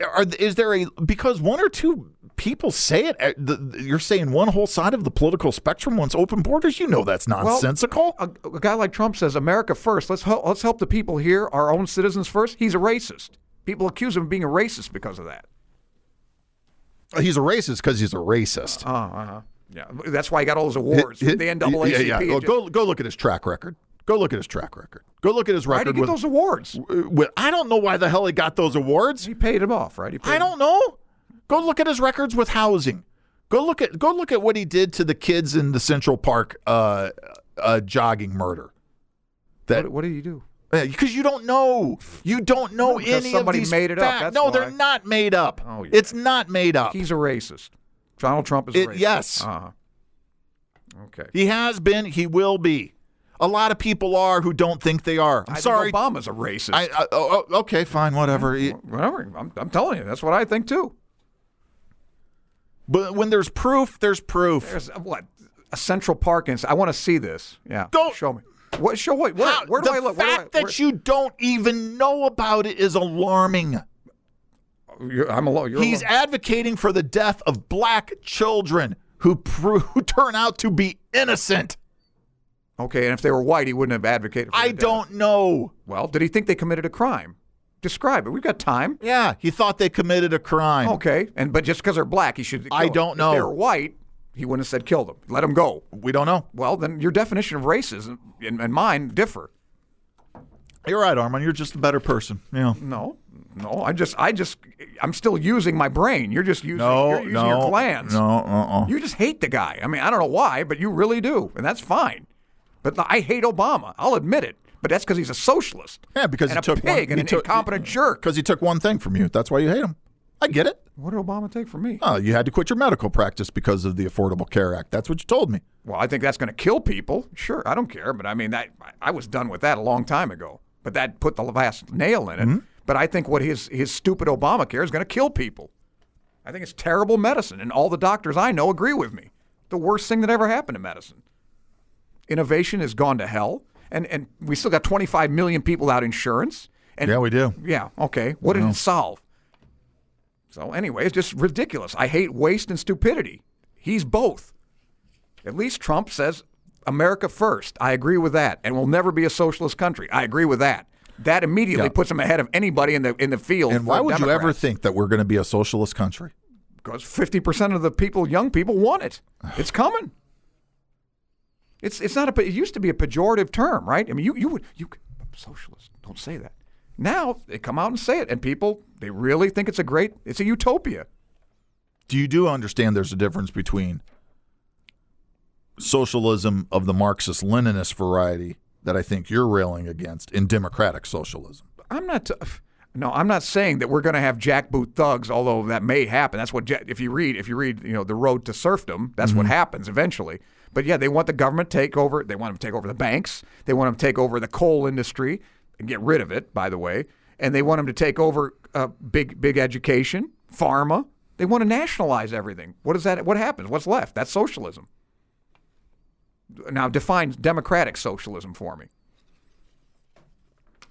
Are, is there a because one or two people say it? uh, the- You're saying one whole side of the political spectrum wants open borders. You know that's nonsensical. A, a guy like Trump says America first. Let's help, let's help the people here, our own citizens first. He's a racist. People accuse him of being a racist because of that. he's a racist because he's a racist. Uh, uh-huh. Yeah, that's why he got all those awards. Hit- the hit- NAACP. yeah, yeah. Go, It go go look at his track record. Go look at his track record. Go look at his just- why record did he get with, those awards? with- I don't know why the hell he got those awards. He paid him off, right? He paid I don't know. Go look at his records with housing. Go look at go look at what he did to the kids in the Central Park uh, uh, jogging murder. What, what did he do? Because you don't know, you don't know No, because any somebody of these made it up, facts. that's no, why. they're not made up. Oh, yeah. It's not made up. He's a racist. Donald Trump is a It- racist. yes. Uh-huh. Okay. he has been. He will be. A lot of people are who don't think they are. I'm I think sorry. Obama's a racist. I, I, oh, oh, okay, fine, whatever. It- Whatever. I'm, I'm telling you, that's what I think too. But when there's proof, there's proof. There's a, what a Central Park incident. I want to see this. Yeah. Don't- show me. What? Show what? Where, How- where do the I look? Where do I- fact that you don't even know about it is alarming. where- you're, I'm alone. You're He's alone. advocating for the death of black children who, pro- who turn out to be innocent. okay. And if they were white, he wouldn't have advocated. For I their death. don't know. Well, did he think they committed a crime? Describe it. We've got time. Yeah, he thought they committed a crime. Okay. And but just because they're black, he should. kill I them. don't know. If they were white, he wouldn't have said kill them. Let them go. We don't know. Well, then your definition of racism and, and mine differ. You're right, Armand. You're just a better person. Yeah. No, no. I just, I just, I'm still using my brain. You're just using, you're No, using no. your glands. No, uh-uh. You just hate the guy. I mean, I don't know why, but you really do, and that's fine. But the- I hate Obama. I'll admit it. But that's because he's a socialist. Yeah, because and he a took pig one- and he an took- incompetent jerk. Because he took one thing from you. That's why you hate him. I get it. What did Obama take from me? Oh, you had to quit your medical practice because of the Affordable Care Act. That's what you told me. Well, I think that's going to kill people. Sure, I don't care, but I mean, that I- I was done with that a long time ago. But that put the last nail in it. Mm-hmm. But I think what his his stupid Obamacare is going to kill people. I think it's terrible medicine, and all the doctors I know agree with me. The worst thing that ever happened to medicine. Innovation has gone to hell, and and we still got 25 million people out insurance. And Yeah, we do. yeah, okay. What did it solve? So anyway, it's just ridiculous. I hate waste and stupidity. He's both. At least Trump says America first. I agree with that, and we'll never be a socialist country. I agree with that. That immediately Yeah. puts him ahead of anybody in the in the field. And why would you ever think that we're going to be a socialist country? Because fifty percent of the people, young people, want it. It's coming. It's it's not a. It used to be a pejorative term, right? I mean, you you would you socialist. Don't say that. Now they come out and say it, and people they really think it's a great. It's a utopia. Do you do understand there's a difference between socialism of the Marxist Leninist variety that I think you're railing against and democratic socialism? I'm not. T- no, I'm not saying that we're going to have jackboot thugs, although that may happen. That's what ja- if you read if you read you know the road to serfdom, that's what happens eventually. But yeah, they want the government to take over. They want them to take over the banks. They want them to take over the coal industry and get rid of it. By the way, and they want them to take over uh, big big education, pharma. They want to nationalize everything. What is that? What happens? What's left? That's socialism. Now define democratic socialism for me.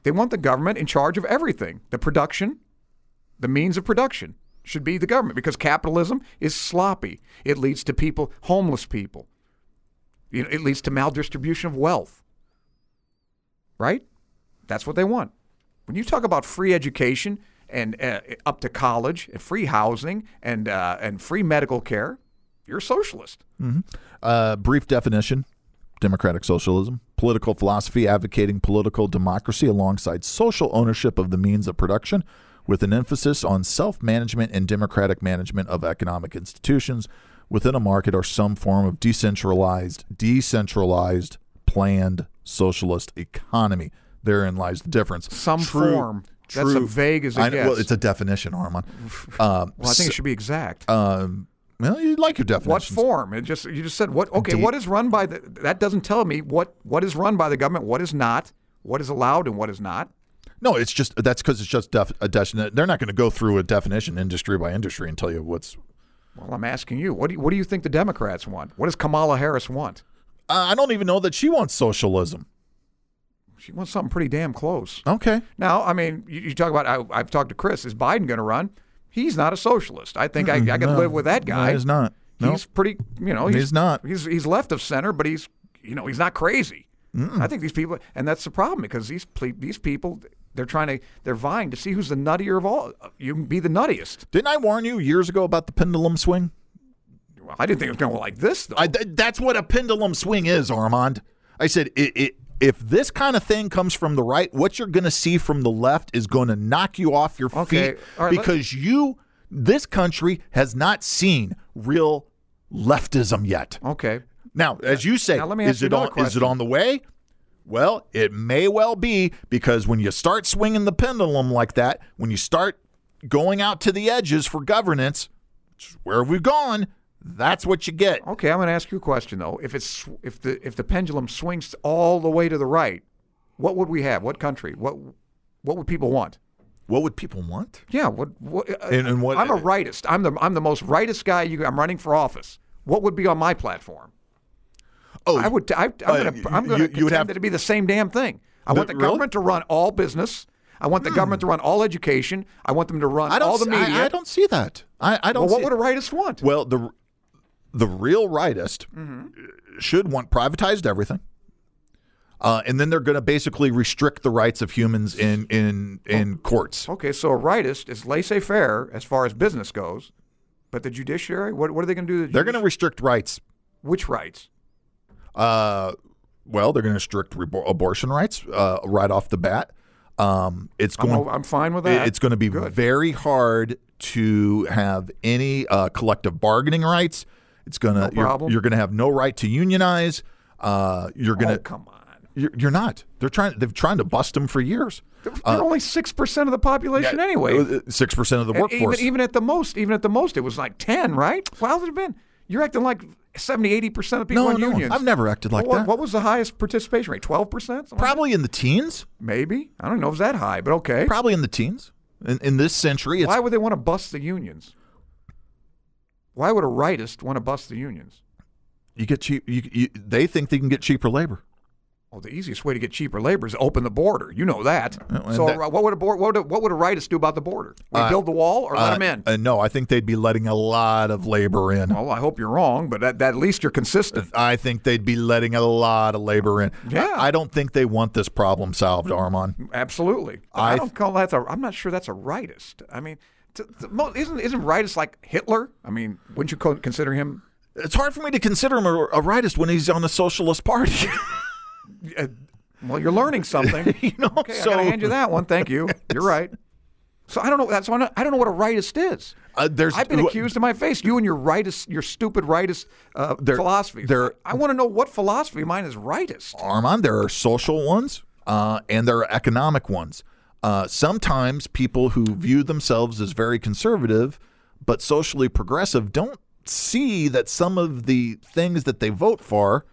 They want the government in charge of everything. The production, the means of production should be the government because capitalism is sloppy. It leads to people, homeless people. You know, it leads to maldistribution of wealth. Right? That's what they want. When you talk about free education and uh, up to college and free housing and uh, and free medical care, you're a socialist. Uh, brief definition democratic socialism, political philosophy advocating political democracy alongside social ownership of the means of production with an emphasis on self management and democratic management of economic institutions within a market or some form of decentralized, decentralized, planned socialist economy. Therein lies the difference. Some form. That's as vague as it I know- Well, gets. it's a definition, Armand. Um, Well, I think s- it should be exact. um, well, you like your definition. What form? It just you just said what? Okay, Indeed. what is run by the? That doesn't tell me what what is run by the government, what is not, what is allowed, and what is not. No, it's just that's because it's just def, a definition. They're not going to go through a definition industry by industry and tell you what's. Well, I'm asking you, what do you, what do you think the Democrats want? What does Kamala Harris want? Uh, I don't even know that she wants socialism. She wants something pretty damn close. Okay, Now, I mean, you, you talk about I, I've talked to Chris. Is Biden going to run? He's not a socialist. I think I, I can No. live with that Mm-hmm. No, guy. he's not. No. He's pretty, you know, He's not. He's he's left of center, but he's you know he's not crazy. I think these people, and that's the problem because these ple- these people they're trying to they're vying to see who's the nuttier of all. You can be the nuttiest. Didn't I warn you years ago about the pendulum swing? Well, I didn't think it was going to go like this though. I, th- that's what a pendulum swing is, Armand. I said, it, it, if this kind of thing comes from the right, what you're going to see from the left is going to knock you off your Okay, feet all right, let- because you, this country, has not seen real leftism yet. okay, Now, as you say, Now, let me ask is you it on another is it question. on the way? Well, it may well be because when you start swinging the pendulum like that, when you start going out to the edges for governance, which is where we've gone, that's what you get. okay. I'm going to ask you a question though. If it's if the if the pendulum swings all the way to the right, what would we have? What country? What what would people want? What would people want? Yeah, what? what uh, And- and what- I'm a rightist. I'm the I'm the most rightist guy. You, I'm running for office. What would be on my platform? Oh, I would. I, I'm uh, going to. I'm you- going you would to contend have- that it'd be the same damn thing. I The- want the really? government to run all business. I want the government to run all education. I want them to run I don't. all the s- I- media. I, don't see that. I, I don't. well, what see- would a rightist want? well, the the real rightist Mm-hmm. should want privatized everything, uh, and then they're going to basically restrict the rights of humans in in Oh. in courts. okay, so a rightist is laissez-faire as far as business goes, but the judiciary. What, what are they going to do? to the They're going to judici- restrict rights. which rights? Uh, well, they're going to restrict rebor abortion rights uh, right off the bat. Um, it's I'm, going. o- I'm fine with it- that. It's going to be Good. very hard to have any uh, collective bargaining rights. It's going to No problem. you're, you're going to have no right to unionize. Uh, you're going Oh, to come on. you're, you're not. They're trying. They've trying to bust them for years. Uh, They're, they're only six percent of the population anyway. six percent of the And workforce. E-, Even, even at the most, even at the most, it was like 10, right? Well, how's it been? You're acting like 70, 80% of people no, in no, unions. I've never acted like what, that. What was the highest participation rate? 12%? Something like- probably in the teens. Maybe. I don't know if it's that high, but okay. Probably in the teens. In, in this century, it's Why would they want to bust the unions? Why would a rightist want to bust the unions? you get cheap. You, you, they think they can get cheaper labor. Well, the easiest way to get cheaper labor is to open the border. You know that. Uh, and so, uh, that- what would a board, what would a, what would a rightist do about the border? We Uh, build the wall or let Uh, them in? Oh. uh, no, I think they'd be letting a lot of labor in. well, I hope you're wrong, but at, at least you're consistent. I think they'd be letting a lot of labor in. Yeah. I, I don't think they want this problem solved, Armon. Absolutely. I, Uh, I don't call that a. I'm not sure that's a rightist. I mean, t t- mo isn't isn't rightist like Hitler? I mean, wouldn't you co- consider him? It's hard for me to consider him a, a rightist when he's on the Socialist Party. Uh, well, you're learning something. you know, okay, so I gotta hand you that one. Thank you. You're right. So I don't know. That's why I'm not- I don't know what a rightist is. Uh, there's- I've been wh- accused in my face. You and your rightist, your stupid rightist uh, There- philosophy. there- I want to know what philosophy of mine is rightist. Armand, there are social ones uh, and there are economic ones. Uh, sometimes people who view themselves as very conservative but socially progressive don't see that some of the things that they vote for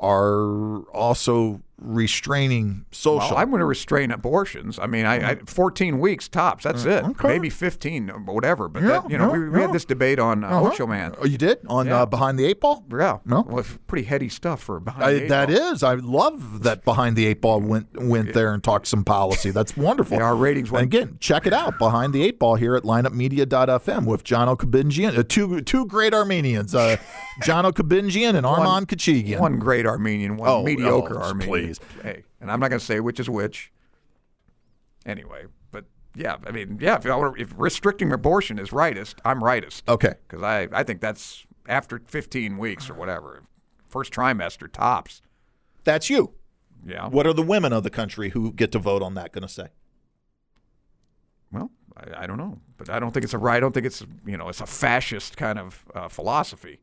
are also restraining social. Well, I'm going to restrain abortions. I mean, I, I 14 weeks tops. That's it. Mm-hmm. okay. Maybe 15, or whatever. But Yeah, that, you know, yeah, we, we yeah. had this debate on uh, Uh-huh. Ocho Man. Oh, you did on Yeah. uh, behind the eight ball. Yeah, No. well, it's pretty heady stuff for behind. the I, eight that ball. is, I love that behind the eight ball went went there and talked some policy. That's wonderful. Yeah, our ratings And went- again, check it out behind the eight ball here at lineupmedia.fm with John Okabinjian, uh, two two great Armenians, uh, John Okabinjian and Armand Kachigian. One great Armenian, one Oh, mediocre oh, Armenian. please. Hey, and I'm not going to say which is which. Anyway, but yeah, I mean, yeah, if, I were, if restricting abortion is rightist, I'm rightist. Okay, Because I, I think that's after 15 weeks or whatever, first trimester tops. that's you. Yeah. What are the women of the country who get to vote on that going to say? Well, I, I don't know, but I don't think it's a right. I don't think it's you know it's a fascist kind of uh, philosophy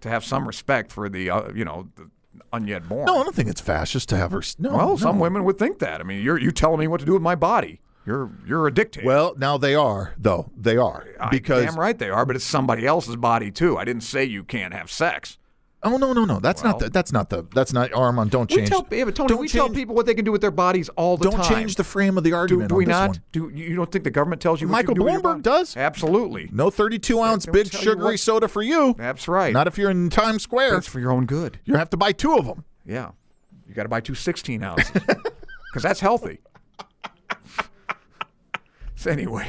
to have some respect for the uh, you know the unyet born. No, I don't think it's fascist to have her. s- No, well, no. some women would think that. I mean, you're you telling me what to do with my body? You're you're a dictator. Well, now they are though. They are I- because damn right they are, but it's somebody else's body too. I didn't say you can't have sex. Oh no no no! That's not the, that's not the that's not Armand. Don't change. We tell, yeah, but Tony, don't we change, tell people what they can do with their bodies all the Don't time. change the frame of the do, argument. do we on this not? one. Do you don't think the government tells you? what Michael you can do with your Bloomberg body? does. Absolutely. No thirty-two ounce They'll big tell you sugary what- soda for you. That's right. Not if you're in Times Square. it's for your own good. You have to buy two of them. Yeah. You got to buy two 16 ounces because that's healthy. so, anyway,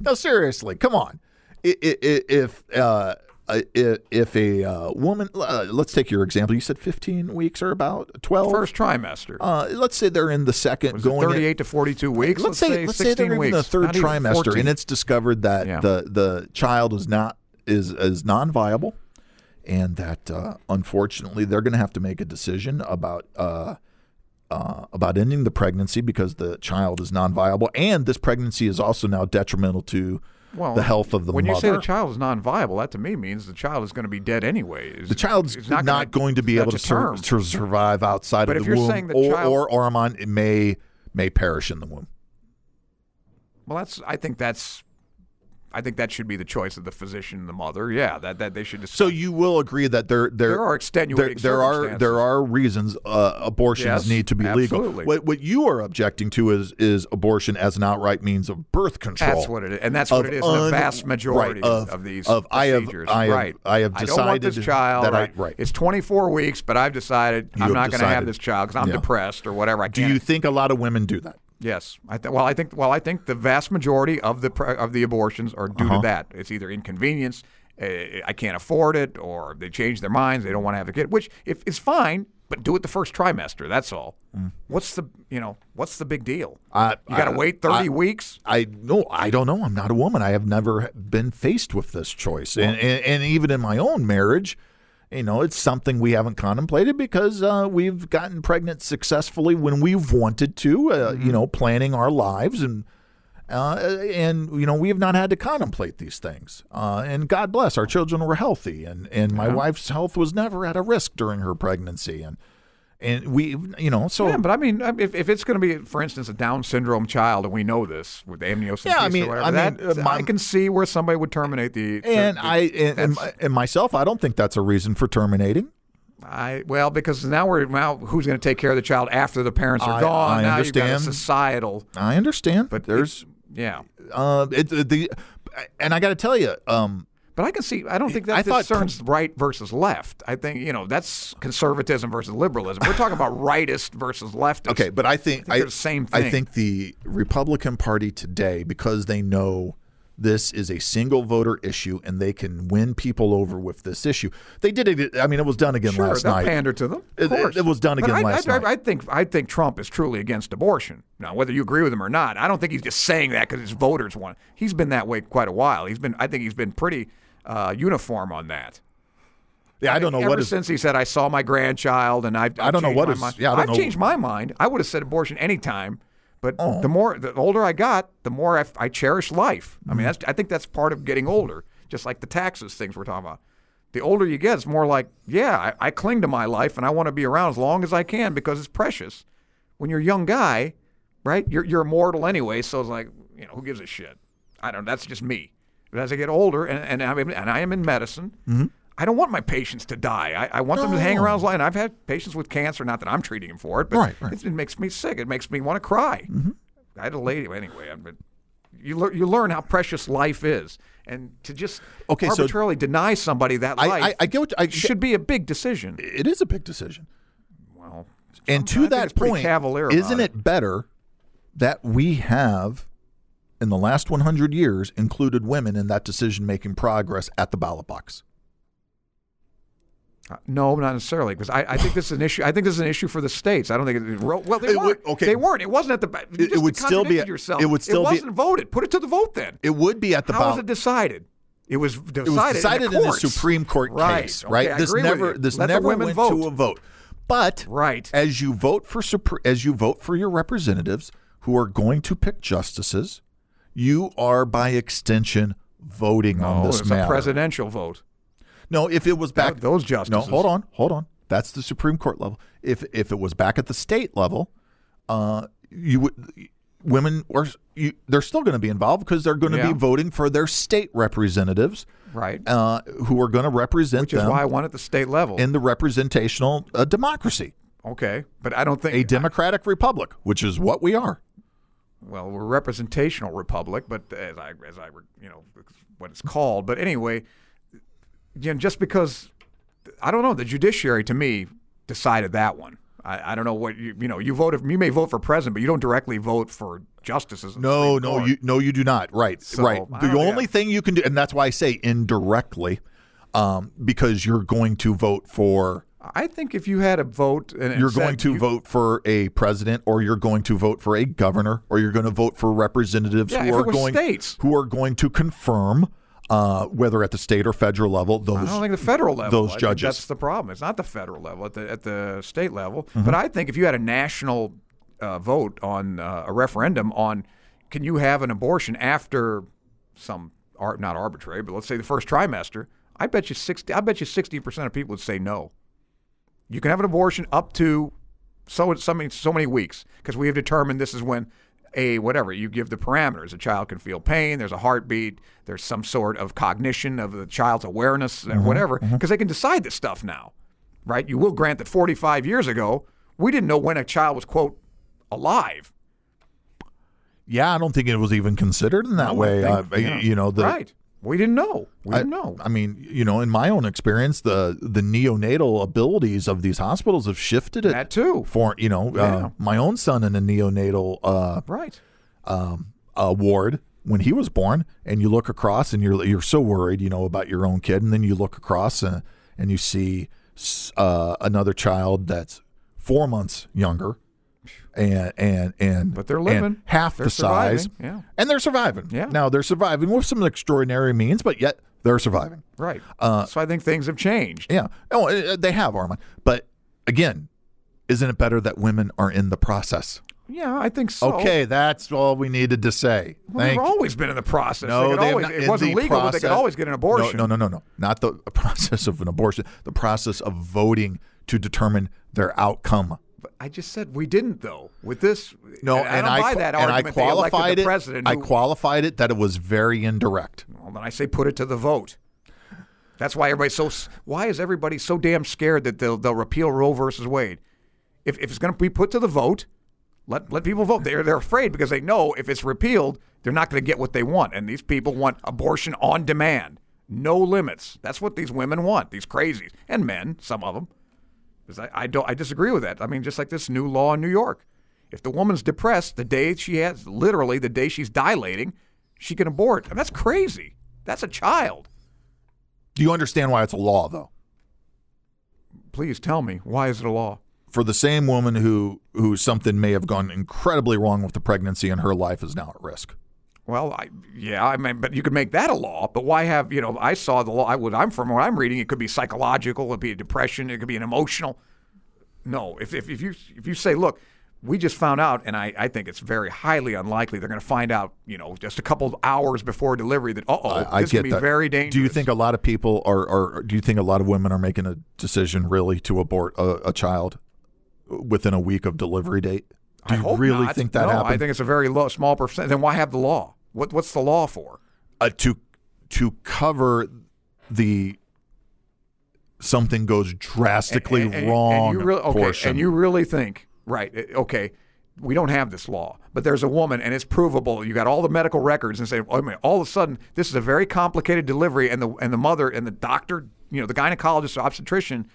No, seriously, come on. I- i- i- If uh, i- i- if a uh, woman, uh, let's take your example. You said 15 weeks or about 12. First trimester. Uh, let's say they're in the second, was it going in- 38 to 42 weeks? Let's, say, let's say 16 they're weeks. in the third Not even trimester, 14. and it's discovered that Yeah. the the child is not is is non viable, and that uh, unfortunately they're going to have to make a decision about. Uh, uh, about ending the pregnancy because the child is non-viable, and this pregnancy is also now detrimental to well, the health of the when mother. you say the child is non-viable, that to me means the child is going to be dead anyway. Is- the child's is not, gonna- going to be that's able to, a sur- term. to survive outside But of if the you're womb, saying the or, child- or Armand it may may perish in the womb. Well, that's. I think that's. I think that should be the choice of the physician and the mother. Yeah, that that they should. Decide. So you will agree that there there, There are extenuating there, there are circumstances. there are reasons uh, abortions Yes, need to be legal. absolutely. What what you are objecting to is is abortion as an outright means of birth control. That's what it is, and that's Of what it is. in the un- vast right, majority of- of, these of I have- procedures. I have- right. I have don't want this decided child. that I- right. right. It's 24 weeks, but I've decided You I'm have not going to have decided. this child because I'm Yeah. depressed or whatever. I Do can't. you think a lot of women do that? yes. I th- well, I think. Well, I think the vast majority of the pre- of the abortions are due Uh-huh. to that. It's either inconvenience. Uh, I can't afford it, or they change their minds. They don't want to have a kid, which if is fine, but do it the first trimester. That's all. What's the you know what's the big deal? Mm. I- you got to I- wait 30 I- weeks. I no, I don't know. I'm not a woman. I have never been faced with this choice, and and, and even in my own marriage, you know, it's something we haven't contemplated because uh, we've gotten pregnant successfully when we've wanted to. Uh, You know, planning our lives and. Uh, and you know we have not had to contemplate these things. Uh, and God bless, our children were healthy, and and my wife's health was never at a risk during her pregnancy, and and we you know so Yeah, but I mean, I- if, if it's going to be, for instance, a Down syndrome child, and we know this with amniocentesis Yeah, I mean- or whatever, I mean, that, uh, my- I can see where somebody would terminate the. the- and the- I and, and, my- and myself, I don't think that's a reason for terminating. I- well, because now we're now who's going to take care of the child after the parents are I- gone? I now you've understand. got a societal, I understand, but but it- there's yeah. uh, it, the and I got to tell you, um, But I can see. I don't think that I thought- concerns right versus left. I think you know that's conservatism versus liberalism. We're talking about rightist versus leftist. okay, but I think, think they're the same I thing. think the Republican Party today, because they know this is a single voter issue and they can win people over with this issue. They did it. I mean, it was done again Sure, last they'll night. pander to them. It- Of it- course. it was done But again I, last I, night. I think I think Trump is truly against abortion. Now, whether you agree with him or not, I don't think he's just saying that because his voters want. He's been that way quite a while. He's been. I think he's been pretty uh, uniform on that. yeah, I don't know Ever what is. since he said, "I saw my grandchild," and I've, I've I don't know changed what my is- mind. yeah, I don't I've know. changed my mind. I would have said abortion anytime. But Oh. the more, the older I got, the more I, I cherish life. I mean, that's, I think that's part of getting older. Just like the taxes things we're talking about. The older you get, it's more like, yeah, I, I cling to my life and I want to be around as long as I can because it's precious. When you're a young guy, right? You're you're immortal anyway, so it's like, you know, who gives a shit? I don't. That's just me. But as I get older, and and I'm in- and I am in medicine. I don't want my patients to die. I, I want them to hang around as long. And I've had patients with cancer. Not that I'm treating them for it, but Right, right. Mm-hmm. It, it makes me sick. It makes me want to cry. I had a lady anyway. I, but you lear, you learn how precious life is, and to just Okay, so- arbitrarily deny somebody that I, life I, I get what I should be a big decision. It is a big decision. Well, And I to think that it's pretty point, cavalier about isn't it. it better that we have, in the last 100 years, included women in that decision making progress at the ballot box? Uh, No, not necessarily, because I, I think this is an issue. I think this is an issue for the states. I don't think it, ro- well they It would- weren't. okay. They weren't. It wasn't at the. ba- You It- it just would still be- contradicted yourself. it would still be- wasn't voted. Put it to the vote then. It would be at the How was ballot. it decided? It was decided. it was decided in in the, the courts. Supreme Court Right. case, Okay, right? I this agree with never, you. this Let the never women went vote. to a vote. But Right. as you vote for supre- as you vote for your representatives who are going to pick justices, you are by extension voting No, on this it was a matter. presidential vote. No, if it was back Th- those justices. No, hold on, hold on. That's the Supreme Court level. If if it was back at the state level, uh, you would women are you, they're still going to be involved because they're going to Yeah. be voting for their state representatives, Right. Uh, who are going to represent Which is them why I won at the state level. in the representational uh, democracy, okay, but I don't think. a democratic republic, which is what we are. well, we're a representational republic, but as I as I you know what it's called. But anyway, you know, just because I don't know the judiciary to me decided that one. I, I don't know what you you know. You vote if you may vote for president, but you don't directly vote for justices. of the No, Supreme no, Court. you no, you do not. Right, So, right. I The don't- only yeah. thing you can do, and that's why I say indirectly, um, because you're going to vote for I think if you had a vote, and it you're said going to you- vote for a president, or you're going to vote for a governor, or you're going to vote for representatives Yeah, who if are it was going states. who are going to confirm uh, whether at the state or federal level those. I don't think the federal level. those I think judges. that's the problem. It's not the federal level at the at the state level. Mm-hmm. But I think if you had a national uh, vote on uh, a referendum on can you have an abortion after some art not arbitrary, but let's say the first trimester, I bet you sixty. I bet you sixty percent of people would say no. You can have an abortion up to so so many so many weeks because we have determined this is when a whatever you give the parameters. A child can feel pain. There's a heartbeat. There's some sort of cognition of the child's awareness and Mm-hmm, whatever because they can decide this stuff now, right? You will grant that 45 years ago we didn't know when a child was quote alive. yeah, I don't think it was even considered in that way. uh, You know, the, right? We didn't know. We I didn't know. I mean, you know, in my own experience, the the neonatal abilities of these hospitals have shifted it That too. for you know uh, Yeah. my own son in a neonatal uh, Right. uh, ward when he was born, and you look across and you're you're so worried, you know, about your own kid, and then you look across and and you see s- uh, another child that's four months younger, and and and But they're and living. half They're the size, surviving, yeah. and they're surviving. Yeah. now they're surviving with some extraordinary means, but yet they're surviving. Right. Uh, so I think things have changed. Yeah. Oh, uh, uh, they have Armand. But again, isn't it better that women are in the process? Yeah, I think so. okay, that's all we needed to say. Well, Thank they've always been in the process. No, they could they have always, not- in it wasn't the legal, but they could process- always get an No, abortion. No, no, no, no. Not the process of an abortion, the process of voting to determine their outcome. But I just said we didn't though. With this, No, I and don't I, buy qu- that and I argument. They elected qualified the it. president. I who- qualified it that it was very indirect. well, then I say put it to the vote. That's why everybody's so. s- Why is everybody so damn scared that they'll they'll repeal Roe versus Wade? If, if it's going to be put to the vote, let let people vote. They're they're afraid because they know if it's repealed, they're not going to get what they want. And these people want abortion on demand, no limits. That's what these women want. These crazies and men, some of them. 'Cause I, I don't I disagree with that. I mean, just like this new law in New York, if the woman's depressed, the day she has literally the day she's dilating, she can abort. And that's crazy. That's a child. Do you understand why it's a law, though? Please tell me why is it a law? For the same woman who who something may have gone incredibly wrong with the pregnancy and her life is now at risk. Well, I yeah, I mean, but you could make that a law. But why have you know? I saw the law. I would. I'm from where I'm reading. It could be psychological. It could be a depression. It could be an emotional. No, if if, if you if you say, look, we just found out, and I, I think it's very highly unlikely they're going to find out. You know, just a couple of hours before delivery that uh oh, this I, I could get be that. very dangerous. Do you think a lot of people are, are? Do you think a lot of women are making a decision really to abort a, a child within a week of delivery date? Do I you hope really not. think that no, happened? I think it's a very low, small percent. Then why have the law? What what's the law for? uh, to to cover the something goes drastically And- and- wrong And you really, okay, portion. and you really think, right? eh, Okay, we don't have this law, but there's a woman, and it's provable. You got all the medical records, and say, oh, man, all of a sudden, this is a very complicated delivery, and the and the mother and the doctor, you know, the gynecologist, or obstetrician,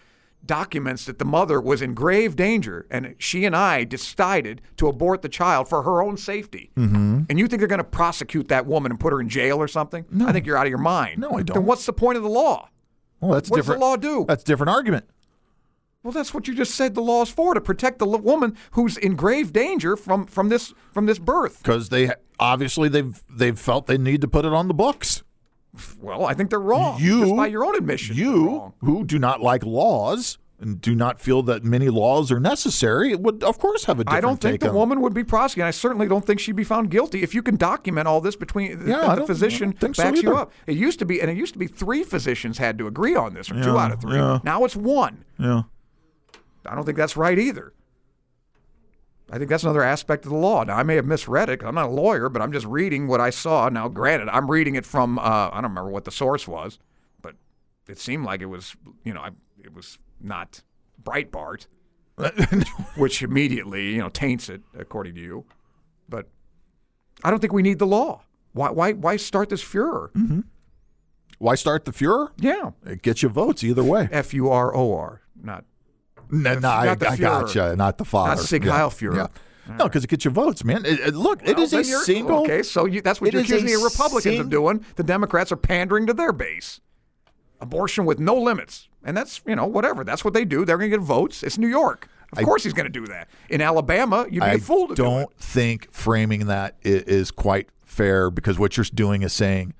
documents that the mother was in grave danger, and she and I decided to abort the child for her own safety. Mm-hmm. And you think they're going to prosecute that woman and put her in jail or something? I think you're out of your mind. No, I Then don't. what's the point of the law? well, that's what does the different. law do? That's a different argument. Well, that's what you just said. The law is for to protect the l- woman who's in grave danger from from this from this birth. Because they obviously they've they've felt they need to put it on the books. Well, I think they're wrong. You- just by your own admission, they're you wrong. who do not like laws and do not feel that many laws are necessary would of course have a different I don't think take the on- woman would be prosecuted. I certainly don't think she'd be found guilty if you can document all this between Yeah, I that don't- I the physician don't think so backs you either. up. It used to be, and it used to be three physicians had to agree on this, or two out of three. yeah. Now it's one. Yeah. I don't think that's right either. I think that's another aspect of the law. Now, I may have misread it. 'cause I'm not a lawyer, but I'm just reading what I saw. Now, granted, I'm reading it from uh, I don't remember what the source was, but it seemed like it was you know I, it was not Breitbart, which immediately you know taints it according to you. But I don't think we need the law. Why why why start this furor? Why start the furor? Yeah, It gets you votes either way. F U R O R, not No, no, I, not the I Fuhrer. gotcha. Not the father. Not Sig Heil Fuhrer. No, because it gets your votes, man. It- it- look, it Well, is a then you're- single. Okay, so you, that's what it you're is a accusing the Republicans sing- of doing. The Democrats are pandering to their base. Abortion with no limits. And that's, you know, whatever. That's what they do. They're going to get votes. It's New York. Of course he's going to do that. In Alabama, you'd be I a fool to do it. don't think framing that i- is, quite fair because what you're doing is saying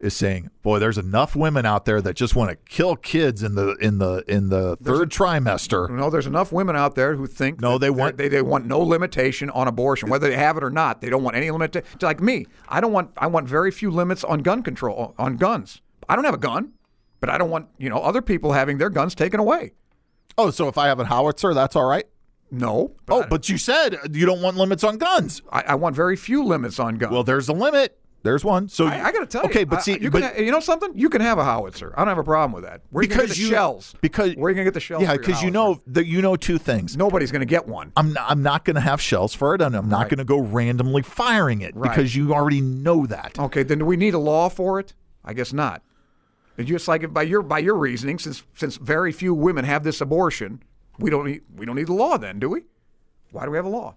is saying, boy, there's enough women out there that just want to kill kids in the in the in the third trimester. No, there's enough women out there who think No, that they they're- want- they, they want no limitation on abortion, whether they have it or not. They don't want any limit. Like me, I don't want I want very few limits on gun control on guns. I don't have a gun, but I don't want you know other people having their guns taken away. Oh, so if I have a howitzer, that's all right. No, but Oh, but you said you don't want limits on guns. I, I want very few limits on guns. Well, there's a limit. There's one. So I, I got to tell you, okay, but I- see, you, but, can, ha- you know something? You can have a howitzer. I don't have a problem with that. Where are you gonna get because the you shells? because where are you gonna get the shells? Yeah, for your because you howitzer? know that you know two things. nobody's gonna get one. I'm not, I'm not going to have shells for it, and I'm not going to go randomly firing it Right. Oh, because you already know that. Okay, then do we need a law for it? I guess not. And just like if by your by your reasoning, since since very few women have this abortion, we don't need we don't need a law then, do we? Why do we have a law?